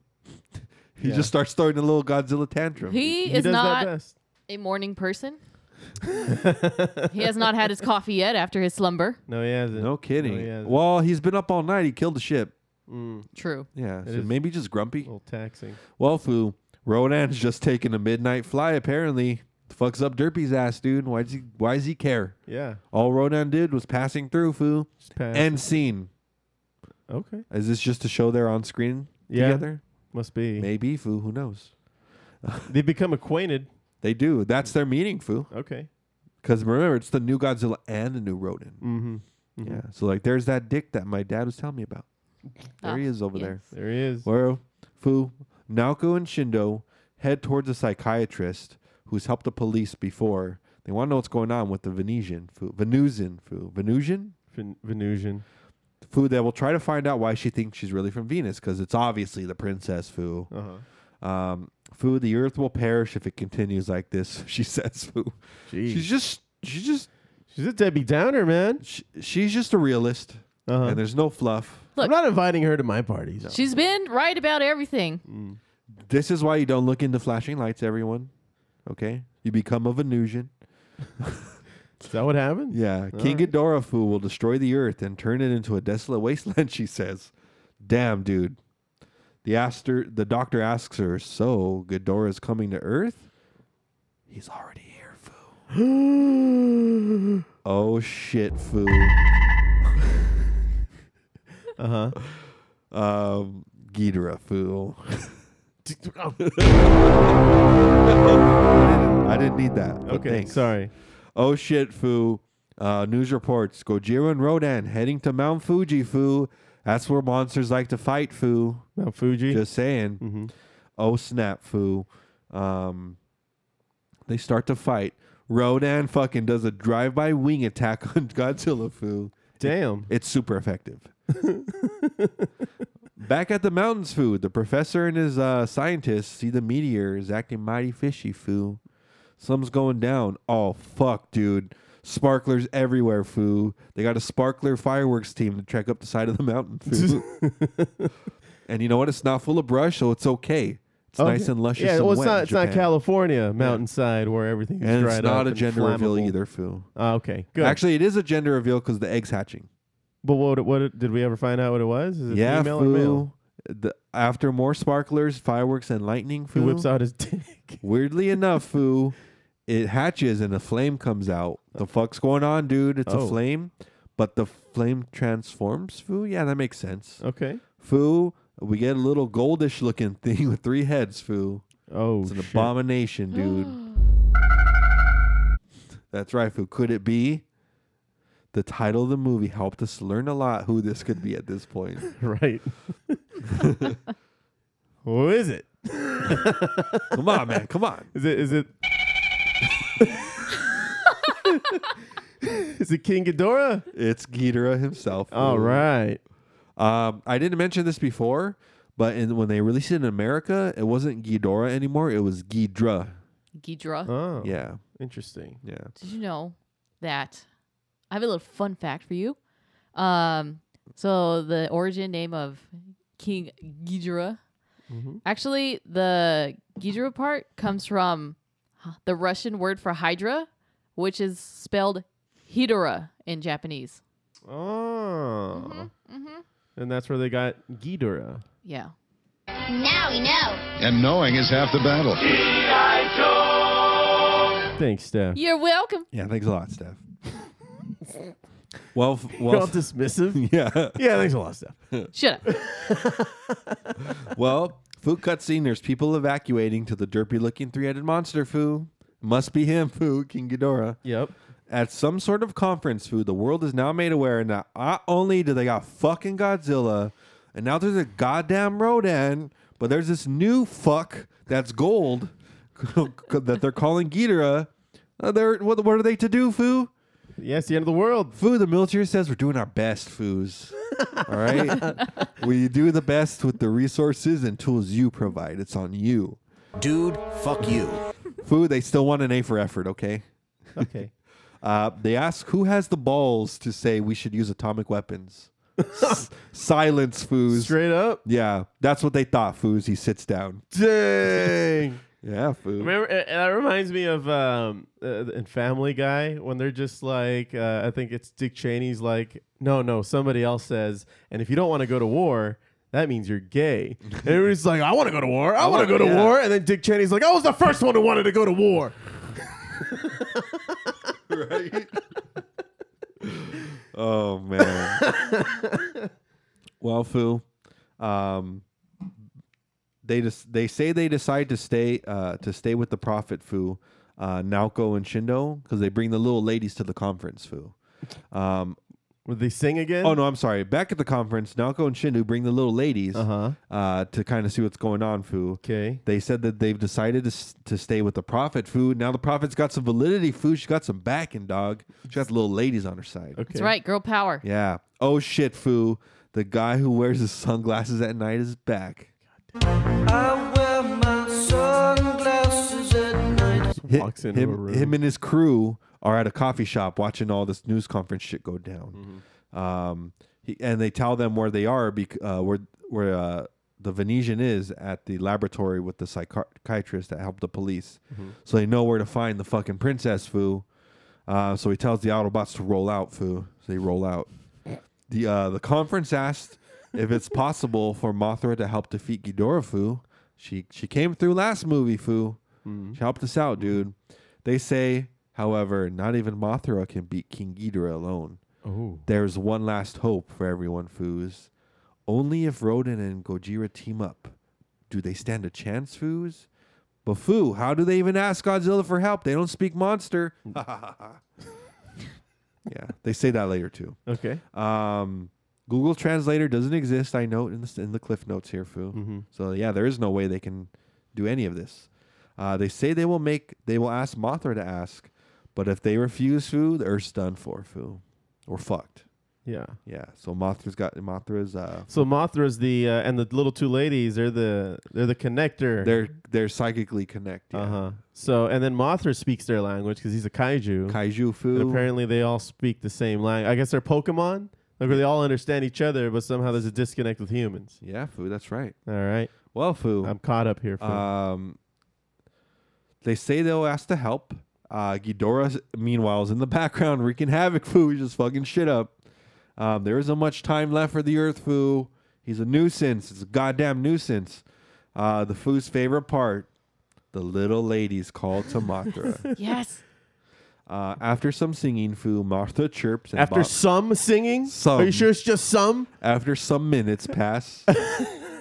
Speaker 3: he just starts throwing a little Godzilla tantrum.
Speaker 4: He,
Speaker 2: He
Speaker 4: is
Speaker 2: does that
Speaker 4: not
Speaker 2: best.
Speaker 4: a morning person. he has not had his coffee yet after his slumber.
Speaker 2: No, he hasn't.
Speaker 3: no kidding.
Speaker 2: he hasn't.
Speaker 3: well, he's been up all night. He killed a ship.
Speaker 4: True.
Speaker 3: Yeah, so
Speaker 2: is- Oh.
Speaker 3: maybe just grumpy.
Speaker 2: A little taxing.
Speaker 3: Well, foo. Rodan's just taking a midnight fly. Apparently, fucks up Derpy's ass, dude. Why does he? Why does he care?
Speaker 2: Yeah.
Speaker 3: All Rodan did was passing through, foo.
Speaker 2: Just pass.
Speaker 3: End scene.
Speaker 2: okay.
Speaker 3: Is this just to show they're on screen
Speaker 2: Yeah.
Speaker 3: together?
Speaker 2: Must be.
Speaker 3: Maybe, foo. Who knows?
Speaker 2: They become acquainted.
Speaker 3: They do. That's their meaning, foo.
Speaker 2: Okay.
Speaker 3: Because remember, it's the new Godzilla and the new Ronin.
Speaker 2: Mm-hmm.
Speaker 3: Yeah. So like, there's that dick that my dad was telling me about. There
Speaker 4: Ah,
Speaker 3: he is over
Speaker 4: yes.
Speaker 3: there.
Speaker 2: There he is.
Speaker 3: Well, Fu, Naoko, and Shindo head towards a psychiatrist who's helped the police before. They want to know what's going on with the Venusian, Fu, Venusian, Fu, Venusian,
Speaker 2: Ven- Venusian.
Speaker 3: Fu. They will try to find out why she thinks she's really from Venus because it's obviously the princess, Fu.
Speaker 2: Uh-huh.
Speaker 3: Um, Fu, the Earth will perish if it continues like this. She says, Fu.
Speaker 2: Jeez.
Speaker 3: She's just, she's just
Speaker 2: She's a Debbie Downer, man.
Speaker 3: sh- she's just a realist,
Speaker 2: Uh-huh.
Speaker 3: and there's no fluff.
Speaker 4: Look.
Speaker 2: I'm not inviting her to my parties.
Speaker 4: She's been right about everything.
Speaker 3: This is why you don't look into flashing lights, everyone. Okay, you become a Venusian.
Speaker 2: Is that what happened?
Speaker 3: Yeah, King
Speaker 2: right.
Speaker 3: Ghidorah Fu will destroy the earth and turn it into a desolate wasteland. She says, "Damn, dude." The aster, the doctor asks her, "So Ghidorah's coming to Earth?" He's already here, Fu. oh shit, Fu.
Speaker 2: Uh-huh.
Speaker 3: Um, Ghidorah Fu. I didn't need that. but
Speaker 2: okay.
Speaker 3: thanks.
Speaker 2: Sorry.
Speaker 3: Oh shit, Fu. Uh, news reports Gojira and Rodan heading to Mount Fuji, Fu. That's where monsters like to fight, Fu.
Speaker 2: Mount Fuji.
Speaker 3: Just saying. Oh snap, Fu. Um, they start to fight. Rodan fucking does a drive by wing attack on Godzilla, Fu.
Speaker 2: Damn.
Speaker 3: It's super effective. Back at the mountains, Foo, the professor and his uh, scientists see the meteor is acting mighty fishy, Foo. Something's going down. Oh, fuck, dude. Sparklers everywhere, Foo. They got a sparkler fireworks team to track up the side of the mountain, Foo. and you know what? It's not full of brush, so it's okay. It's nice
Speaker 2: Okay.
Speaker 3: and luscious
Speaker 2: Oh, Yeah,
Speaker 3: and
Speaker 2: well, it's
Speaker 3: wet
Speaker 2: not,
Speaker 3: in
Speaker 2: it's not
Speaker 3: Japan.
Speaker 2: California mountainside where everything is
Speaker 3: And
Speaker 2: dried
Speaker 3: it's not
Speaker 2: up
Speaker 3: a
Speaker 2: and
Speaker 3: gender reveal
Speaker 2: flammable.
Speaker 3: either, Foo.
Speaker 2: Ah, okay, good.
Speaker 3: Actually, it is a gender reveal because the egg's hatching.
Speaker 2: but what, what did we ever find out what it was? Is it
Speaker 3: yeah,
Speaker 2: female
Speaker 3: foo.
Speaker 2: or male?
Speaker 3: The, after more sparklers, fireworks, and lightning, foo.
Speaker 2: Who whips out his dick?
Speaker 3: Weirdly enough, foo, it hatches and a flame comes out. The fuck's going on, dude? It's
Speaker 2: Uh. Oh.
Speaker 3: a flame, but the flame transforms, foo. Yeah, that makes sense.
Speaker 2: Okay.
Speaker 3: Foo, we get a little goldish looking thing with three heads, foo.
Speaker 2: Oh,
Speaker 3: It's an
Speaker 2: shit.
Speaker 3: abomination, dude. That's right, foo. Could it be? The title of the movie helped us learn a lot who this could be at this point.
Speaker 2: right. Who is it?
Speaker 3: Come on, man. Come on.
Speaker 2: Is it? Is it? Is it King Ghidorah?
Speaker 3: It's Ghidorah himself.
Speaker 2: All right.
Speaker 3: Um, I didn't mention this before, but in, when they released it in America, it wasn't Ghidorah anymore. It was Ghidra.
Speaker 4: Ghidra.
Speaker 2: Oh,
Speaker 3: Yeah,
Speaker 2: interesting.
Speaker 3: yeah.
Speaker 4: Did you know that? I have a little fun fact for you. Um, so the origin name of King Ghidorah,
Speaker 3: Mm-hmm.
Speaker 4: actually, the Ghidorah part comes from h- the Russian word for Hydra, which is spelled Hidora in Japanese.
Speaker 2: Oh. And that's where they got Ghidorah.
Speaker 4: Yeah.
Speaker 7: Now we know.
Speaker 8: And knowing is half the battle.
Speaker 2: Thanks, Steph.
Speaker 4: You're welcome.
Speaker 3: Yeah, thanks a lot, Steph. well, f-
Speaker 2: You're
Speaker 3: well,
Speaker 2: all dismissive.
Speaker 3: yeah.
Speaker 2: yeah, thanks a lot, Steph.
Speaker 4: Shut up.
Speaker 3: Well, Foo cutscene. There's people evacuating to the derpy-looking three-headed monster. Foo must be him. Foo King Ghidorah.
Speaker 2: Yep.
Speaker 3: At some sort of conference, Foo, the world is now made aware that not only do they got fucking Godzilla, and now there's a goddamn Rodan, but there's this new fuck that's gold that they're calling Ghidorah. Uh, they're, what, what are they to do, Foo?
Speaker 2: Yeah, it's the end of the world.
Speaker 3: Foo, the military says we're doing our best, Foos. All right? we do the best with the resources and tools you provide. It's on you.
Speaker 6: Dude, fuck you.
Speaker 3: Foo, they still want an A for effort, okay?
Speaker 2: Okay.
Speaker 3: Uh, they ask who has the balls to say we should use atomic weapons. S- silence, Foos.
Speaker 2: Straight up.
Speaker 3: yeah, that's what they thought, Foos. He sits down.
Speaker 2: Dang.
Speaker 3: Yeah, Foo.
Speaker 2: Remember, uh, that reminds me of um, uh, in Family Guy when they're just like, uh, I think it's Dick Cheney's like, no, no, somebody else says, and if you don't want to go to war, that means you're gay. And everybody's like, I want to go to war. I want to go to
Speaker 3: yeah.
Speaker 2: war. And then Dick Cheney's like, I was the first one who wanted to go to war.
Speaker 3: right? oh man. well, foo. Um, they just they say they decide to stay uh, to stay with the prophet foo, uh, Naoko and Shindo because they bring the little ladies to the conference foo. Um,
Speaker 2: Would they sing again?
Speaker 3: oh no, I'm sorry. Back at the conference, Naoko and Shindo bring the little ladies
Speaker 2: Uh-huh.
Speaker 3: uh, to kind of see what's going on foo.
Speaker 2: Okay.
Speaker 3: They said that they've decided to, s- to stay with the prophet food. Now the prophet's got some validity food. She got some backing, dog. She got the little ladies on her side.
Speaker 2: Okay.
Speaker 4: That's right. Girl power.
Speaker 3: Yeah. Oh shit, foo. The guy who wears his sunglasses at night is back.
Speaker 1: I wear my sunglasses at night.
Speaker 3: Hi-
Speaker 2: Walks into a
Speaker 3: him,
Speaker 2: room.
Speaker 3: him and his crew are at a coffee shop watching all this news conference shit go down.
Speaker 2: Mm-hmm.
Speaker 3: Um, he, and they tell them where they are, bec- uh, where where uh, the Venetian is at the laboratory with the psychiatrist that helped the police.
Speaker 2: Mm-hmm.
Speaker 3: So they know where to find the fucking princess foo. Uh, so he tells the Autobots to roll out foo. So they roll out. The uh, the conference asked if it's possible for Mothra to help defeat Ghidorah. Foo, she she came through last movie. Foo, she helped us out, dude. They say, however, not even Mothra can beat King Ghidorah alone.
Speaker 2: Oh.
Speaker 3: There's one last hope for everyone, Foos. Only if Rodan and Gojira team up, do they stand a chance, Foos? But Foo, how do they even ask Godzilla for help? They don't speak monster. yeah, they say that later too.
Speaker 2: Okay.
Speaker 3: Um, Google Translator doesn't exist. I note in the in the cliff notes here, foo. So yeah, there is no way they can do any of this. Uh, they say they will make they will ask Mothra to ask, but if they refuse, foo, the Earth's done for, foo, or fucked.
Speaker 2: Yeah.
Speaker 3: Yeah. So Mothra's got Mothra's uh,
Speaker 2: So Mothra's the uh, and the little two ladies. They're the they're the connector.
Speaker 3: they're they're psychically connected.
Speaker 2: uh huh. So and then Mothra speaks their language because he's a kaiju.
Speaker 3: Kaiju
Speaker 2: And
Speaker 3: foo.
Speaker 2: apparently they all speak the same language. I guess they're Pokemon. Like where they all understand each other, but somehow there's a disconnect with humans.
Speaker 3: Yeah, foo. That's right.
Speaker 2: All right,
Speaker 3: Well, foo.
Speaker 2: I'm caught up here. For
Speaker 3: Um, they say they'll ask to help. Uh, Ghidorah, meanwhile, is in the background wreaking havoc. Foo, he's just fucking shit up. Um, there isn't much time left for the Earth. Foo, he's a nuisance. It's a goddamn nuisance. Uh, the Foo's favorite part: the little ladies call to Mothra.
Speaker 4: Yes.
Speaker 3: uh, after some singing, Foo Mothra chirps. And
Speaker 2: After
Speaker 3: bop-
Speaker 2: some singing,
Speaker 3: Some.
Speaker 2: are you sure it's just some?
Speaker 3: after some minutes pass,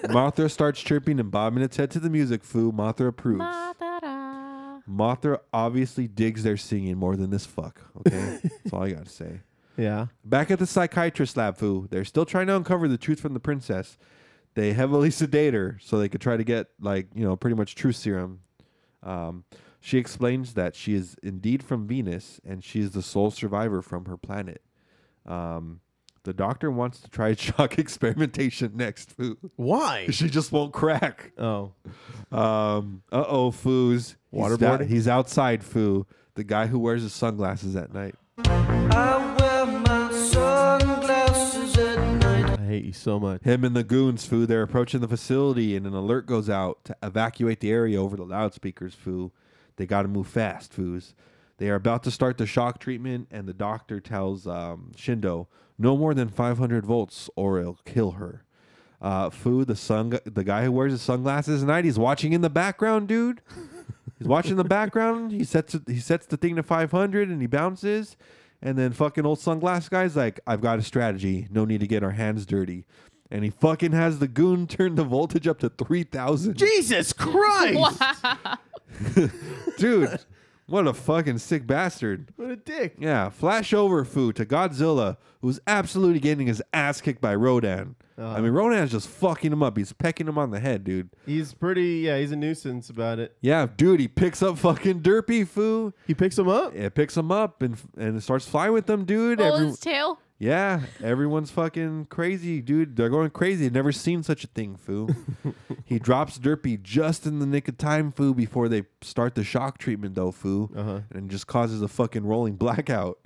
Speaker 3: Mothra starts chirping and bobbing its head to the music. Foo Mothra approves.
Speaker 4: Ma-da-da.
Speaker 3: Mothra obviously digs their singing more than this fuck. Okay, that's all I gotta say.
Speaker 2: Yeah.
Speaker 3: Back at the psychiatrist lab, foo, they're still trying to uncover the truth from the princess. They heavily sedate her so they could try to get like you know pretty much truth serum. Um, She explains that she is indeed from Venus and she is the sole survivor from her planet. Um, the doctor wants to try shock experimentation next. Foo.
Speaker 2: Why?
Speaker 3: She just won't crack.
Speaker 2: Oh,
Speaker 3: Um, uh oh, Foo's. He's
Speaker 2: Waterboarding?
Speaker 3: down- He's outside, Foo. The guy who wears his sunglasses at night.
Speaker 1: I wear my sunglasses at night.
Speaker 2: I hate you so much.
Speaker 3: Him and the goons, foo. They're approaching the facility, and an alert goes out to evacuate the area over the loudspeakers, foo. They got to move fast, foos. They are about to start the shock treatment, and the doctor tells um, Shindo no more than 500 volts, or it'll kill her. Uh, foo, the sun, the guy who wears his sunglasses at night, he's watching in the background, dude. He's watching the background. He sets it, he sets the thing to 500 and he bounces. And then fucking old sunglass guy's like, I've got a strategy. No need to get our hands dirty. And he fucking has the goon turn the voltage up to 3,000.
Speaker 2: Jesus Christ!
Speaker 3: Dude, what a fucking sick bastard.
Speaker 2: What a dick!
Speaker 3: Yeah, flash over foo to Godzilla, who's absolutely getting his ass kicked by Rodan. I mean, Rodan's just fucking him up. He's pecking him on the head, dude.
Speaker 2: He's pretty. Yeah, he's a nuisance about it.
Speaker 3: Yeah, dude, he picks up fucking Derpy foo.
Speaker 2: He picks him up.
Speaker 3: it picks them up and and starts flying with them, dude.
Speaker 4: Pull
Speaker 3: Every-
Speaker 4: his tail.
Speaker 3: yeah, everyone's fucking crazy, dude. They're going crazy. I've never seen such a thing, foo. he drops Derpy just in the nick of time, foo, before they start the shock treatment, though, foo, uh-huh. and just causes a fucking rolling blackout.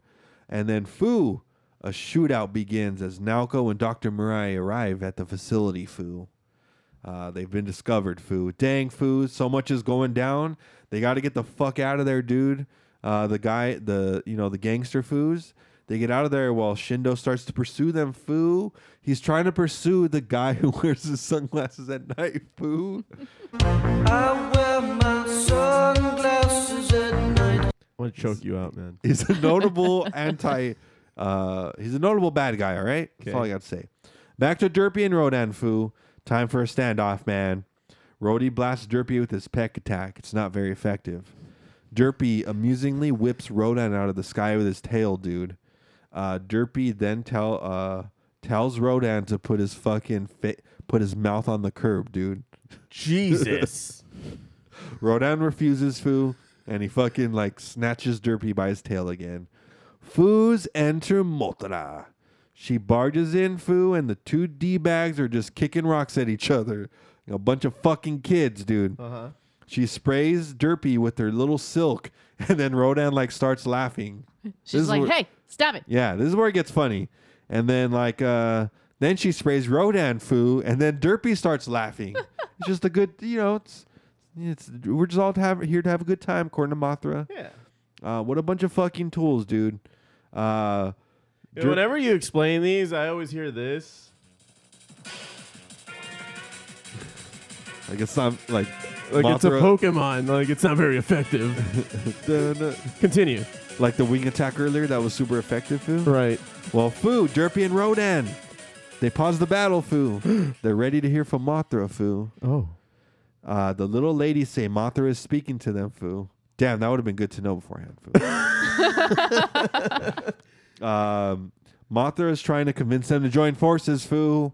Speaker 3: And then, foo, a shootout begins as Naoko and Dr. Murai arrive at the facility, foo. Uh, they've been discovered, foo. Dang, foo. So much is going down. They got to get the fuck out of there, dude. Uh, the guy, the you know, the gangster foos. They get out of there while Shindo starts to pursue them. Foo. He's trying to pursue the guy who wears his sunglasses at night. Foo.
Speaker 1: I wear my sunglasses at night.
Speaker 2: I want to choke you out, man.
Speaker 3: He's a notable anti. Uh, he's a notable bad guy. All right, that's all I
Speaker 2: Okay.
Speaker 3: got to say. Back to Derpy and Rodan. Foo. Time for a standoff, man. Rhodey blasts Derpy with his peck attack. It's not very effective. Derpy amusingly whips Rodan out of the sky with his tail, dude. Uh, Derpy then tell uh, tells Rodan to put his fucking fa- put his mouth on the curb, dude.
Speaker 2: Jesus.
Speaker 3: Rodan refuses Foo, and he fucking like snatches Derpy by his tail again. Foo's enter Motora. She barges in Foo, and the two D bags are just kicking rocks at each other. A bunch of fucking kids, dude. Uh-huh. She sprays Derpy with her little silk, and then Rodan like starts laughing. This
Speaker 4: She's
Speaker 3: is
Speaker 4: like,
Speaker 3: where-
Speaker 4: hey, stop it.
Speaker 3: yeah, this is where it gets funny. And then like uh then she sprays Rodan foo and then Derpy starts laughing. it's just a good you know, it's it's we're just all to have, here to have a good time, according to Mothra.
Speaker 2: yeah.
Speaker 3: Uh, what a bunch of fucking tools, dude. Uh Jer-
Speaker 2: Whenever you explain these, I always hear this.
Speaker 3: like it's not like
Speaker 2: Like it's a
Speaker 3: Mothra-
Speaker 2: Pokemon. Like it's not very effective.
Speaker 3: Dun-
Speaker 2: Continue.
Speaker 3: like the wing attack earlier that was super effective foo.
Speaker 2: Right.
Speaker 3: Well, Foo, Derpy and Rodan. They pause the battle, Foo. They're ready to hear from Mothra, Foo.
Speaker 2: Oh.
Speaker 3: Uh, the little ladies say Mothra is speaking to them, Foo. Damn, that would have been good to know beforehand, Foo. um, Mothra is trying to convince them to join forces, Foo.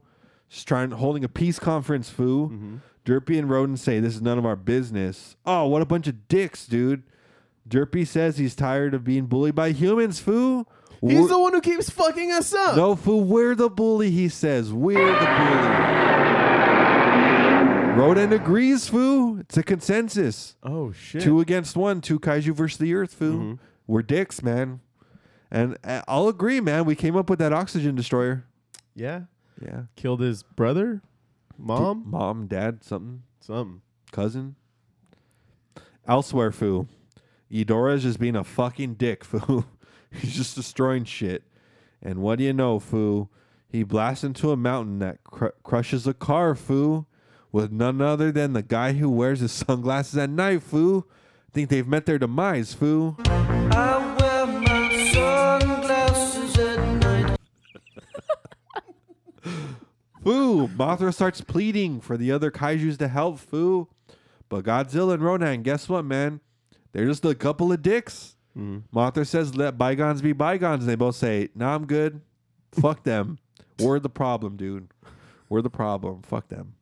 Speaker 3: She's trying holding a peace conference, Foo. Derpy and Roden say this is none of our business. Oh, what a bunch of dicks, dude. Derpy says he's tired of being bullied by humans, Foo.
Speaker 2: He's
Speaker 3: We're-
Speaker 2: the one who keeps fucking us up.
Speaker 3: no, fool, we're the bully, he says. We're the bully. Rodan agrees, Foo. It's a consensus.
Speaker 2: Oh shit.
Speaker 3: Two against one, two kaiju versus the earth, Foo. We're dicks, man. And uh, I'll agree, man. We came up with that oxygen destroyer.
Speaker 2: yeah.
Speaker 3: Yeah.
Speaker 2: Killed his brother, mom,
Speaker 3: Mom, dad, something.
Speaker 2: something.
Speaker 3: cousin. Elsewhere, foo. Edora's just being a fucking dick, foo. He's just destroying shit. And what do you know, foo? He blasts into a mountain that cr- crushes a car, foo, with none other than the guy who wears his sunglasses at night, foo. Think they've met their demise, foo.
Speaker 1: I wear my sunglasses at night.
Speaker 3: Foo! Mothra starts pleading for the other kaijus to help Foo. But Godzilla and Ronan, guess what, man? They're just a couple of dicks. Mothra says, let bygones be bygones. And they both say, nah, I'm good. Fuck them. We're the problem, dude. We're the problem. Fuck them.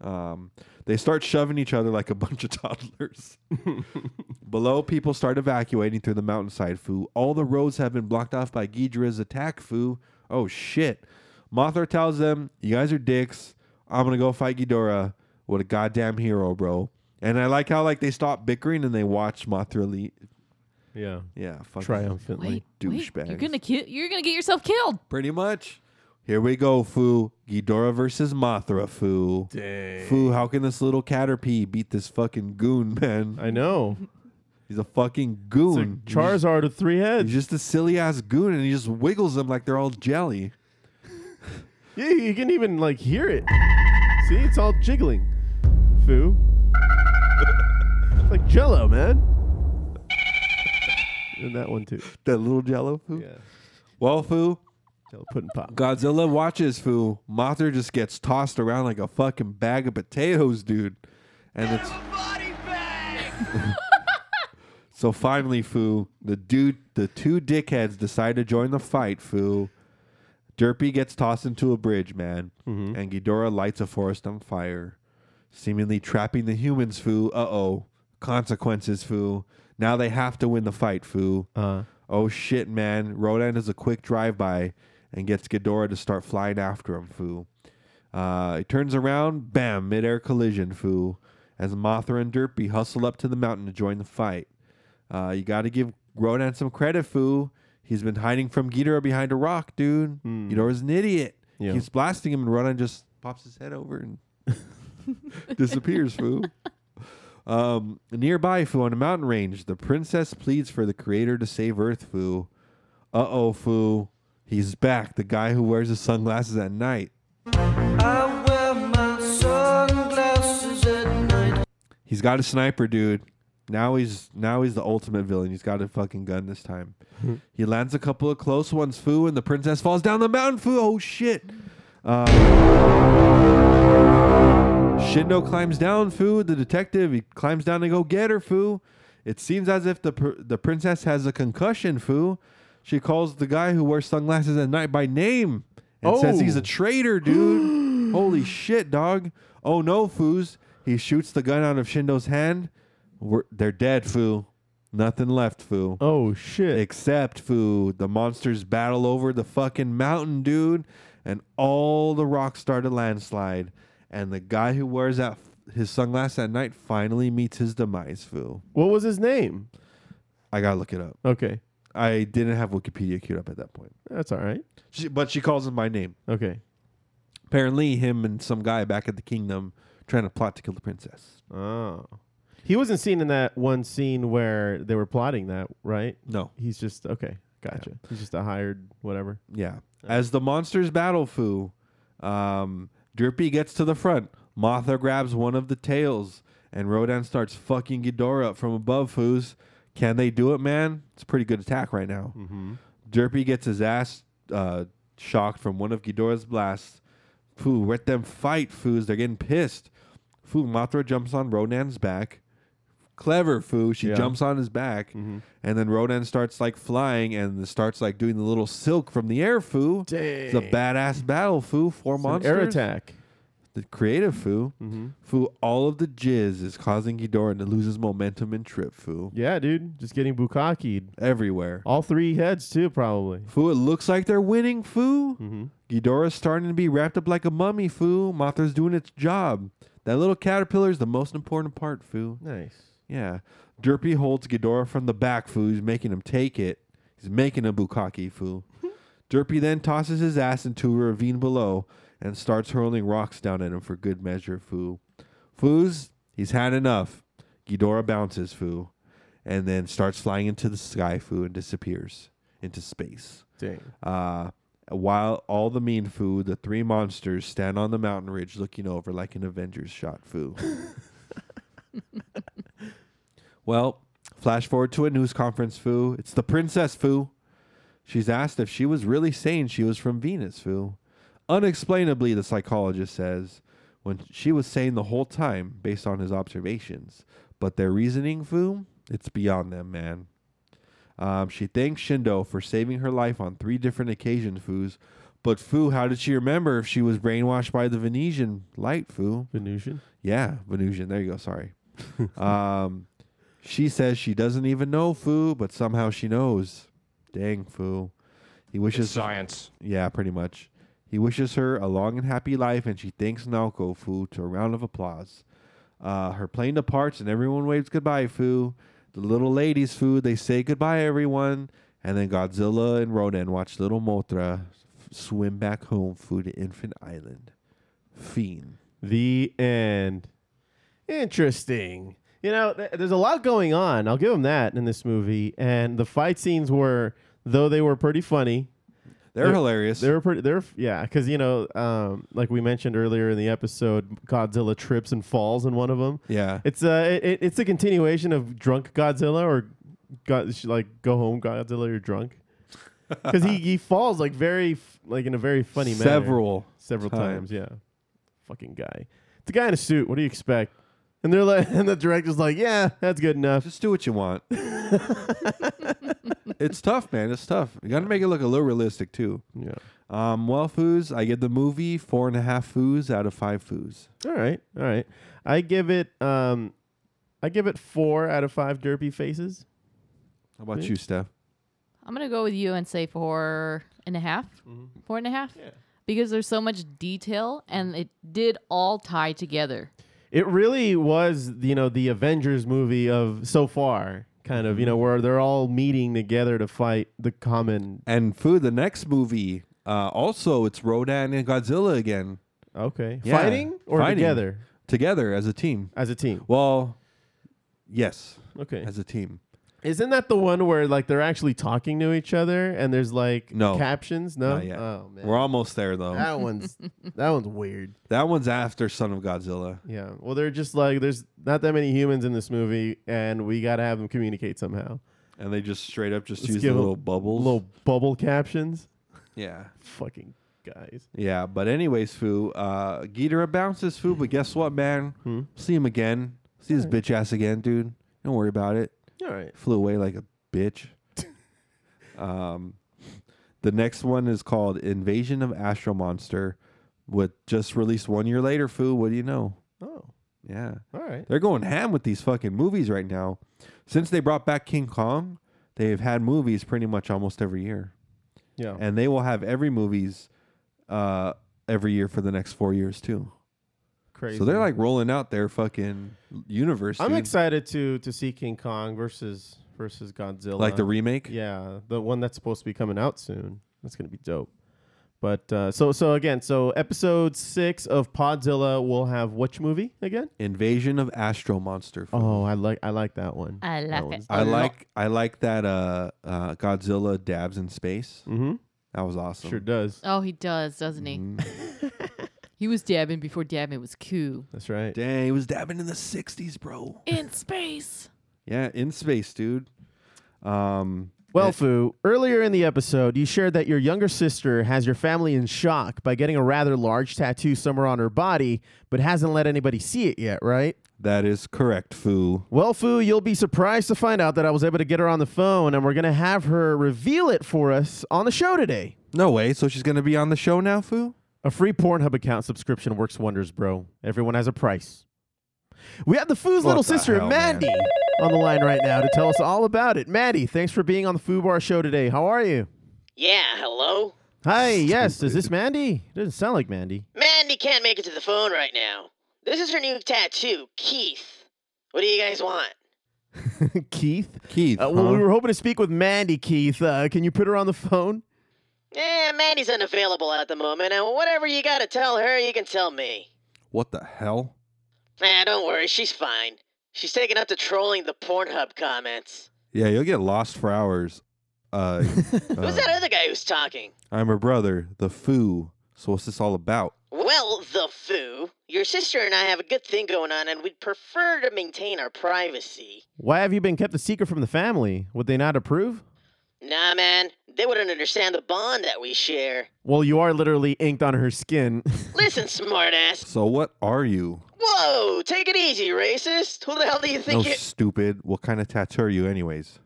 Speaker 3: Um, they start shoving each other like a bunch of toddlers. Below, people start evacuating through the mountainside, Fu. All the roads have been blocked off by Ghidorah's attack, Fu. Oh, shit. Mothra tells them, You guys are dicks. I'm going to go fight Ghidorah. What a goddamn hero, bro. And I like how like they stop bickering and they watch Mothra leave.
Speaker 2: Yeah.
Speaker 3: Yeah, fucking
Speaker 2: Triumphantly.
Speaker 4: Wait, wait, you're
Speaker 3: douchebags.
Speaker 4: gonna ki- you're gonna get yourself killed.
Speaker 3: Pretty much. Here we go, Foo. Ghidorah versus Mothra, Foo. Dang. Foo, how can this little caterpie beat this fucking goon, man?
Speaker 2: I know.
Speaker 3: He's a fucking
Speaker 2: It's a
Speaker 3: goon.
Speaker 2: Charizard with three
Speaker 3: He's
Speaker 2: heads.
Speaker 3: just a silly ass goon, and he just wiggles them like they're all jelly.
Speaker 2: Yeah, you can even like hear it. See, it's all jiggling. Foo. it's like jello, man. and that one too.
Speaker 3: That little jello Foo.
Speaker 2: Yeah.
Speaker 3: Well, Foo,
Speaker 2: Jello pudding pop.
Speaker 3: Godzilla watches Foo. Mothra just gets tossed around like a fucking bag of potatoes, dude. And it's so finally, Foo, the dude, the two dickheads decide to join the fight. Foo, Derpy gets tossed into a bridge, man, and Ghidorah lights a forest on fire, seemingly trapping the humans. Foo, uh oh, consequences. Foo, now they have to win the fight. Foo,
Speaker 2: Uh,
Speaker 3: Oh shit, man. Rodan does a quick drive by and gets Ghidorah to start flying after him, foo. Uh, he turns around, bam, midair collision, foo, as Mothra and Derpy hustle up to the mountain to join the fight. Uh, you got to give Rodan some credit, foo. He's been hiding from Ghidorah behind a rock, dude. Ghidorah's an idiot.
Speaker 2: Yeah.
Speaker 3: He's blasting him, and Rodan just pops his head over and disappears, foo. Um, nearby, Fu, on a mountain range, the princess pleads for the creator to save Earth, Fu. Uh oh, Fu. He's back, the guy who wears his sunglasses at night.
Speaker 1: I wear my sunglasses at night.
Speaker 3: He's got a sniper, dude. Now he's now he's the ultimate villain. He's got a fucking gun this time. he lands a couple of close ones, Fu, and the princess falls down the mountain, Fu. Oh shit. Uh, Shindo climbs down, Fu, the detective. He climbs down to go get her, Fu. It seems as if the pr- the princess has a concussion, Fu. She calls the guy who wears sunglasses at night by name and says
Speaker 2: Oh.
Speaker 3: he's a traitor, dude. Holy shit, dog. Oh no, Fu's. He shoots the gun out of Shindo's hand. We're, they're dead, Fu. Nothing left, Fu.
Speaker 2: oh shit.
Speaker 3: Except food. The monsters battle over the fucking mountain, dude, and all the rocks start a landslide. And the guy who wears that his sunglasses at night finally meets his demise. Foo.
Speaker 2: what was his name?
Speaker 3: I gotta look it up.
Speaker 2: Okay.
Speaker 3: I didn't have Wikipedia queued up at that point,
Speaker 2: That's all right.
Speaker 3: she, but she calls him by name.
Speaker 2: Okay.
Speaker 3: Apparently, him and some guy back at the kingdom trying to plot to kill the princess.
Speaker 2: Oh. He wasn't seen in that one scene where they were plotting that, right?
Speaker 3: No,
Speaker 2: He's just okay. Gotcha. He's just a hired whatever.
Speaker 3: Yeah. As the monsters battle Foo, um, Derpy gets to the front. Mothra grabs one of the tails, and Rodan starts fucking Ghidorah up from above Foo's. Can they do it, man? It's a pretty good attack right now. Derpy gets his ass uh, shocked from one of Ghidorah's blasts. Foo, let them fight, Foos. They're getting pissed. Foo, Mothra jumps on Rodan's back. Clever, Foo. She
Speaker 2: Yeah.
Speaker 3: jumps on his back.
Speaker 2: Mm-hmm.
Speaker 3: And then Rodan starts like flying and starts like doing the little silk from the air, Foo. It's a badass battle, Foo. Four
Speaker 2: It's an
Speaker 3: monsters.
Speaker 2: air attack. Mm-hmm.
Speaker 3: The creative, Foo. Foo, all of the jizz is causing Ghidorah to lose his momentum and trip, Foo.
Speaker 2: Yeah, dude. Just getting bukakied.
Speaker 3: Everywhere.
Speaker 2: All three heads too, probably.
Speaker 3: Foo, it looks like they're winning, Foo.
Speaker 2: Mm-hmm.
Speaker 3: Ghidorah's starting to be wrapped up like a mummy, Foo. Mothra's doing its job. That little caterpillar is the most important part, Foo.
Speaker 2: Nice.
Speaker 3: Yeah. Derpy holds Ghidorah from the back, Foo. He's making him take it. He's making a bukkake, Foo. Derpy then tosses his ass into a ravine below and starts hurling rocks down at him for good measure, Foo. Foo's, he's had enough. Ghidorah bounces, Foo, and then starts flying into the sky, Foo, and disappears into space.
Speaker 2: Dang.
Speaker 3: Uh, while all the mean food, the three monsters stand on the mountain ridge looking over like an Avengers shot foo. well, flash forward to a news conference foo. It's the princess foo. She's asked if she was really saying she was from Venus foo. Unexplainably, the psychologist says, when she was saying the whole time based on his observations. But their reasoning foo, it's beyond them, man. Um, she thanks Shindo for saving her life on three different occasions, Foos, But Fu, how did she remember if she was brainwashed by the Venetian light, Fu?
Speaker 2: Venusian.
Speaker 3: Yeah, Venusian. There you go. Sorry. um, she says she doesn't even know Fu, but somehow she knows. Dang, Fu. He wishes.
Speaker 5: science.
Speaker 3: Yeah, pretty much. He wishes her a long and happy life, and she thanks Naoko Fu to a round of applause. Uh, her plane departs, and everyone waves goodbye, Fu. The little ladies, Fu, they say goodbye, everyone. And then Godzilla and Rodan watch little Mothra f- swim back home, Fu, to Infant Island. Fiend.
Speaker 2: The end. Interesting. You know, th- there's a lot going on. I'll give them that in this movie. And the fight scenes were, though they were pretty funny,
Speaker 3: They're,
Speaker 2: They're-
Speaker 3: hilarious.
Speaker 2: They're pretty. They're yeah, because you know, um, like we mentioned earlier in the episode, Godzilla trips and falls in one of them.
Speaker 3: yeah.
Speaker 2: It's a it, it's a continuation of drunk Godzilla or God, like go home Godzilla. You're drunk because he he falls like very f- like in a very funny manner.
Speaker 3: Several.
Speaker 2: several
Speaker 3: times.
Speaker 2: times. Yeah, fucking guy. It's a guy in a suit. What do you expect? And they're like, and the director's like, yeah, that's good enough.
Speaker 3: Just do what you want. it's tough, man. It's tough. You got to make it look a little realistic, too.
Speaker 2: Yeah.
Speaker 3: Um, well, foos, I give the movie four and a half foos out of five foos.
Speaker 2: All right, all right. I give it um, I give it four out of five derpy faces.
Speaker 3: How about you, Steph?
Speaker 4: I'm gonna go with you and say four and a half. Four and a half. Because there's so much detail and it did all tie together.
Speaker 2: It really was, you know, the Avengers movie of so far, kind of, you
Speaker 3: Mm-hmm.
Speaker 2: know, where they're all meeting together to fight the common.
Speaker 3: And foo, the next movie, uh, also it's Rodan and Godzilla again
Speaker 2: Okay,
Speaker 3: Yeah.
Speaker 2: fighting or
Speaker 3: Fighting.
Speaker 2: together
Speaker 3: together as a team.
Speaker 2: as a team.
Speaker 3: Well, yes,
Speaker 2: Okay,
Speaker 3: as a team.
Speaker 2: isn't that the one where like they're actually talking to each other and there's like
Speaker 3: No.
Speaker 2: captions? No,
Speaker 3: Not yet.
Speaker 2: oh man,
Speaker 3: We're almost there though.
Speaker 2: that one's that one's weird.
Speaker 3: That one's after Son of Godzilla.
Speaker 2: Yeah. Well, they're just like there's not that many humans in this movie, and we gotta have them communicate somehow.
Speaker 3: And they just straight up just
Speaker 2: Let's
Speaker 3: use the
Speaker 2: give 'em
Speaker 3: little bubbles.
Speaker 2: Little bubble captions.
Speaker 3: Yeah.
Speaker 2: Fucking guys.
Speaker 3: Yeah, but anyways, Foo, uh Ghidorah bounces Foo, but guess what, man?
Speaker 2: Hmm?
Speaker 3: See him again. See his bitch ass again, dude. Don't worry about it.
Speaker 2: All right.
Speaker 3: flew away like a bitch. um, the next one is called Invasion of Astro Monster, with just released one year later. Foo, what do you know?
Speaker 2: Oh.
Speaker 3: Yeah,
Speaker 2: All right.
Speaker 3: they're going ham with these fucking movies right now. Since they brought back King Kong, they've had movies pretty much almost every year,
Speaker 2: Yeah.
Speaker 3: and they will have every movies uh, every year for the next four years too.
Speaker 2: Crazy.
Speaker 3: So they're like rolling out their fucking universe.
Speaker 2: I'm
Speaker 3: dude.
Speaker 2: excited to to see King Kong versus versus Godzilla.
Speaker 3: Like the remake.
Speaker 2: Yeah, the one that's supposed to be coming out soon. That's gonna be dope. But uh, so so again, so episode six of Podzilla will have which movie again?
Speaker 3: Invasion of Astro Monster. Foo.
Speaker 2: Oh, I like I like that one.
Speaker 4: I
Speaker 2: That
Speaker 4: like it.
Speaker 2: one's-
Speaker 3: I like I like that uh, uh, Godzilla dabs in space. Mm-hmm. That was awesome.
Speaker 2: Sure does.
Speaker 4: Oh, he does, doesn't he?
Speaker 2: Mm.
Speaker 4: he was dabbing before dabbing was cool.
Speaker 2: That's right.
Speaker 3: Dang, he was dabbing in the '60s, bro.
Speaker 4: In space.
Speaker 3: Yeah, in space, dude. Um,
Speaker 2: Well, Fu, earlier in the episode, you shared that your younger sister has your family in shock by getting a rather large tattoo somewhere on her body, but hasn't let anybody see it yet, right?
Speaker 3: that is correct, foo.
Speaker 2: Well, Fu, you'll be surprised to find out that I was able to get her on the phone, and we're going to have her reveal it for us on the show today.
Speaker 3: No way. So she's gonna be on the show now, foo.
Speaker 2: A free Pornhub account subscription works wonders, bro. Everyone has a price. We have the Foo's
Speaker 3: What
Speaker 2: little
Speaker 3: the
Speaker 2: sister,
Speaker 3: hell,
Speaker 2: Mandy,
Speaker 3: man?
Speaker 2: on the line right now to tell us all about it. Maddie, thanks for being on the Foo Bar show today. How are you?
Speaker 8: Yeah, hello?
Speaker 2: Hi, yes. Is this Mandy? It doesn't sound like Mandy.
Speaker 8: Mandy can't make it to the phone right now. This is her new tattoo, Keith. What do you guys want?
Speaker 2: Keith?
Speaker 3: Keith.
Speaker 2: Uh, well,
Speaker 3: huh?
Speaker 2: we were hoping to speak with Mandy, Keith. Uh, can you put her on the phone?
Speaker 8: Eh, Mandy's unavailable at the moment, and whatever you gotta tell her, you can tell me.
Speaker 3: what the hell?
Speaker 8: Eh, don't worry, she's fine. She's taken up to trolling the Pornhub comments.
Speaker 3: Yeah, you'll get lost for hours. Uh,
Speaker 8: Who's
Speaker 3: uh,
Speaker 8: that other guy who's talking?
Speaker 3: I'm her brother, the foo. So what's this all about?
Speaker 8: Well, the foo. Your sister and I have a good thing going on, and we'd prefer to maintain our privacy.
Speaker 2: Why have you been kept a secret from the family? Would they not approve?
Speaker 8: Nah, man, they wouldn't understand the bond that we share.
Speaker 2: Well, you are literally inked on her skin.
Speaker 8: Listen, smartass,
Speaker 3: So what are you?
Speaker 8: Whoa, take it easy, racist. Who the hell do you think
Speaker 3: no,
Speaker 8: you...
Speaker 3: stupid. What kind of tattoo are you, anyways?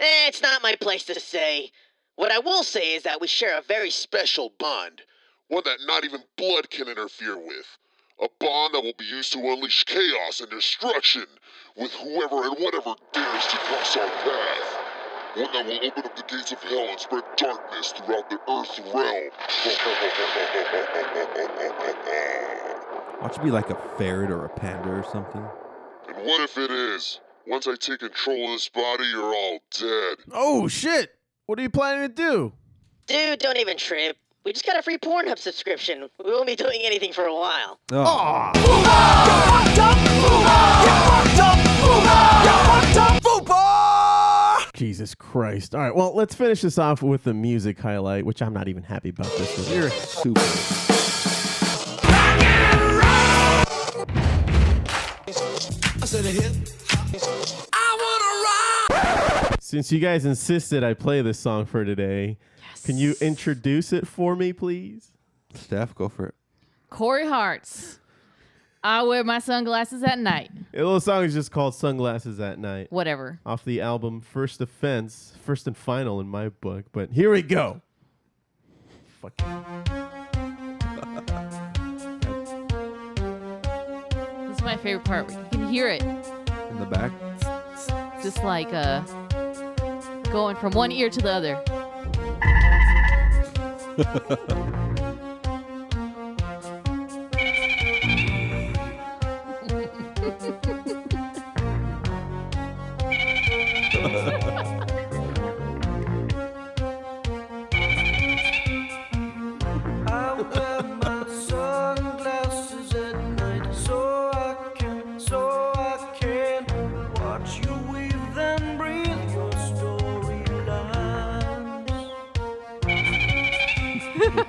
Speaker 8: Eh, it's not my place to say. What I will say is that we share a very special bond.
Speaker 9: One that not even blood can interfere with. A bond that will be used to unleash chaos and destruction with whoever and whatever dares to cross our path. One that will open up the gates of hell and spread darkness throughout the earth realm.
Speaker 3: Watch it be like a ferret or a panda or something.
Speaker 9: and what if it is? Once I take control of this body, you're all dead.
Speaker 2: Oh shit! What are you planning to do?
Speaker 8: Dude, don't even trip. We just got a free Pornhub subscription. We won't be doing anything for a while.
Speaker 3: Oh,
Speaker 2: Jesus Christ! All right, well, let's finish this off with the music highlight, which I'm not even happy about this one.
Speaker 3: you're stupid.
Speaker 2: Since you guys insisted I play this song for today, can you introduce it for me, please?
Speaker 3: Steph, go for it.
Speaker 4: Corey Hart's. I wear my sunglasses at night.
Speaker 2: The little song is just called "Sunglasses at Night"
Speaker 4: Whatever.
Speaker 2: off the album First Offense, first and final in my book. But here we go. Fuck.
Speaker 4: This is my favorite part. You can hear it
Speaker 3: In the back.
Speaker 4: just like uh going from one ear to the other.
Speaker 1: I wear my sunglasses at night so I can, so I can watch you weave and breathe your storylines.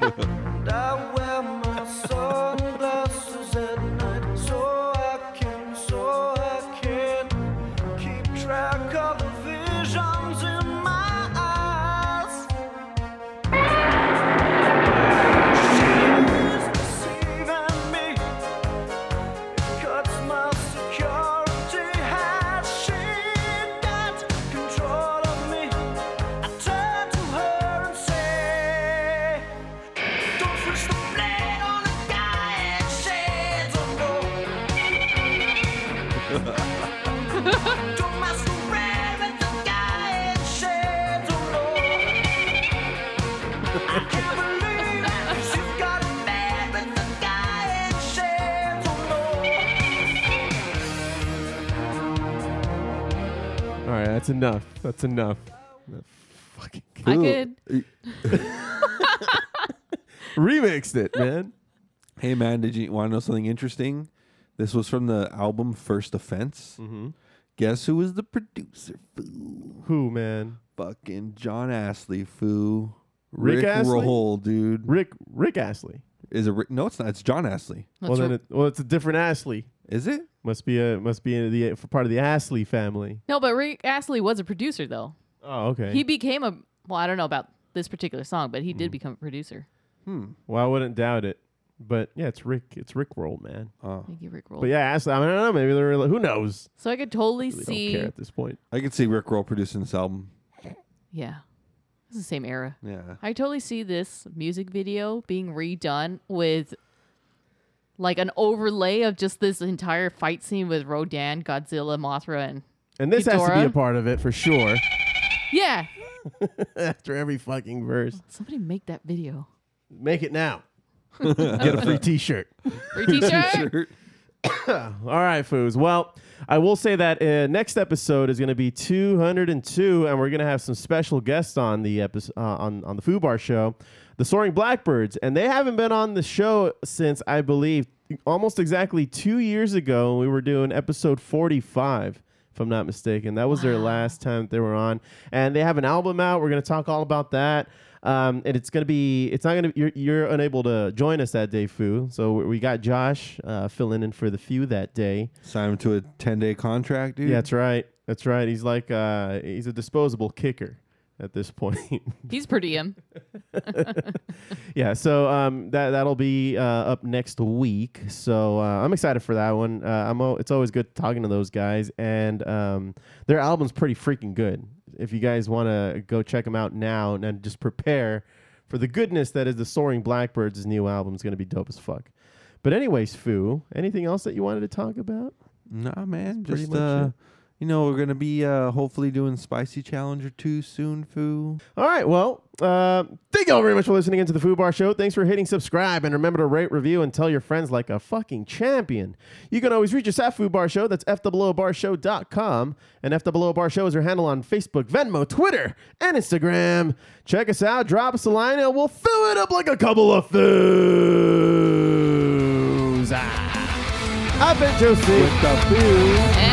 Speaker 1: and I wear my sunglasses at night so I can, so I can keep track of the visions in my eyes. Don't masquerade with the guy in shades of blue.
Speaker 2: All right, that's enough. That's enough. Fucking
Speaker 4: I
Speaker 3: Ooh.
Speaker 4: could
Speaker 2: remixed it, man.
Speaker 3: Hey man, did you want to know something interesting? This was from the album First Offense. Mm-hmm. Guess who was the producer? Foo.
Speaker 2: Who, man?
Speaker 3: Fucking John Astley. Foo.
Speaker 2: Rick Astley?
Speaker 3: Roll, dude.
Speaker 2: Rick Rick Astley.
Speaker 3: Is it Rick? No, it's not. It's John Astley.
Speaker 4: That's
Speaker 2: well, then
Speaker 4: r-
Speaker 2: it, well, it's a different Astley.
Speaker 3: Is it?
Speaker 2: Must be a must be in the part of the Astley family.
Speaker 4: No, but Rick Astley was a producer though.
Speaker 2: Oh, okay. Mm.
Speaker 4: He became a well, I don't know about this particular song, but he did become a producer.
Speaker 2: well, I wouldn't doubt it. But yeah, it's Rick. It's Rick World, man.
Speaker 4: Thank you, Rick Roll.
Speaker 2: But yeah, Astley. I, mean, I don't know. Maybe they're like, who knows.
Speaker 4: So I could totally
Speaker 2: They
Speaker 4: see
Speaker 2: don't care at this point.
Speaker 3: I could see Rick Roll producing this album.
Speaker 4: Yeah. It's the same era.
Speaker 3: Yeah.
Speaker 4: I totally see this music video being redone with like an overlay of just this entire fight scene with Rodan, Godzilla, Mothra, and
Speaker 2: And this has to be
Speaker 4: Ghidorah?
Speaker 2: a part of it for sure.
Speaker 4: yeah.
Speaker 2: After every fucking verse,
Speaker 4: Somebody make that video.
Speaker 2: make it now. Get a free T-shirt.
Speaker 4: Free T-shirt.
Speaker 3: Shirt.
Speaker 2: All right, Foos. Well, I will say that uh, next episode is going to be 202, and we're going to have some special guests on the episode uh, on on the Foo Bar show, the Soaring Blackbirds, and they haven't been on the show since I believe almost exactly two years ago. We were doing episode 45. If I'm not mistaken, that was their last time they were on, and they have an album out. We're going to talk all about that, um, and it's going to be. It's not going to. You're, you're unable to join us that day, Foo. So we- we got Josh uh, filling in for the few that day.
Speaker 3: Sign him to a 10 day contract, dude.
Speaker 2: Yeah, that's right. That's right. He's like uh, he's a disposable kicker at this point.
Speaker 4: He's per diem.
Speaker 2: yeah. So um, that that'll be uh, up next week. So uh, I'm excited for that one. Uh, I'm. al- It's always good talking to those guys, and um, their album's pretty freaking good. if you guys want to go check them out now and then just prepare for the goodness that is the Soaring Blackbirds' new album is going to be dope as fuck. But anyways, Foo, anything else that you wanted to talk about?
Speaker 3: Nah, man.
Speaker 2: pretty
Speaker 3: Just
Speaker 2: much
Speaker 3: uh,
Speaker 2: it.
Speaker 3: you know, we're gonna be uh, hopefully doing spicy challenge or two soon, foo.
Speaker 2: All right. Well, uh, thank y'all very much for listening into the Foo Bar Show. Thanks for hitting subscribe and remember to rate, review, and tell your friends like a fucking champion. You can always reach us at Foo Bar Show. That's FOOBarshow.com. And FOO Bar Show is our handle on Facebook, Venmo, Twitter, and Instagram. Check us out. Drop us a line and we'll fill it up like a couple of foos. Ah. I've been Josie.
Speaker 3: The foo.
Speaker 4: And